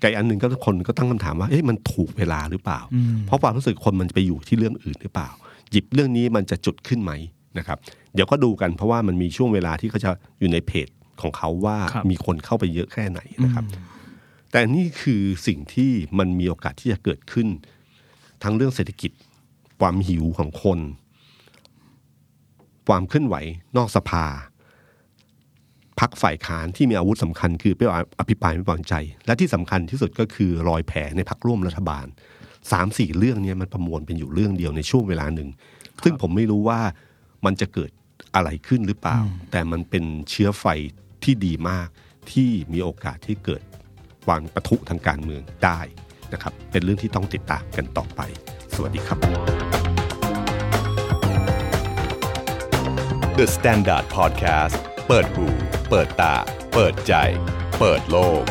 [SPEAKER 3] ไกอันหนึ่งก็ทุกคนก็ตั้งคำถามว่าเอ๊ะมันถูกเวลาหรือเปล่า เพราะความรู้สึกคนมันจะไปอยู่ที่เรื่องอื่นหรือเปล่า หยิบเรื่องนี้มันจะจุดขึ้นไหมนะครับ เดี๋ยวก็ดูกันเพราะว่ามันมีช่วงเวลาที่เขาจะอยู่ในเพจของเขาว่า
[SPEAKER 4] ครับ
[SPEAKER 3] มีคนเข้าไปเยอะแค่ไหนนะครับ แต่นี่คือสิ่งที่มันมีโอกาสที่จะเกิดขึ้น ทั้งเรื่องเศรษฐกิจ ความหิวของคน ความเคลื่อนไหวนอกสภาพักฝ่ายค้านที่มีอาวุธสำคัญ คือไปอภิปรายไม่วางใจ และที่สำคัญที่สุดก็คือรอยแผลในพักร่วมรัฐบาลสามสี่เรื่องเนี้มันประมวลเป็นอยู่เรื่องเดียวในช่วงเวลาหนึ่ง ซึ่งผมไม่รู้ว่ามันจะเกิดอะไรขึ้นหรือเปล่า แต่มันเป็นเชื้อไฟที่ดีมากที่มีโอกาสที่เกิด ความปะทุทางการเมืองได้นะครับ เป็นเรื่องที่ต้องติดตามกันต่อไป สวัสดีครับ
[SPEAKER 5] The Standard Podcast เปิดหูเปิดตา เปิดใจ เปิดโลก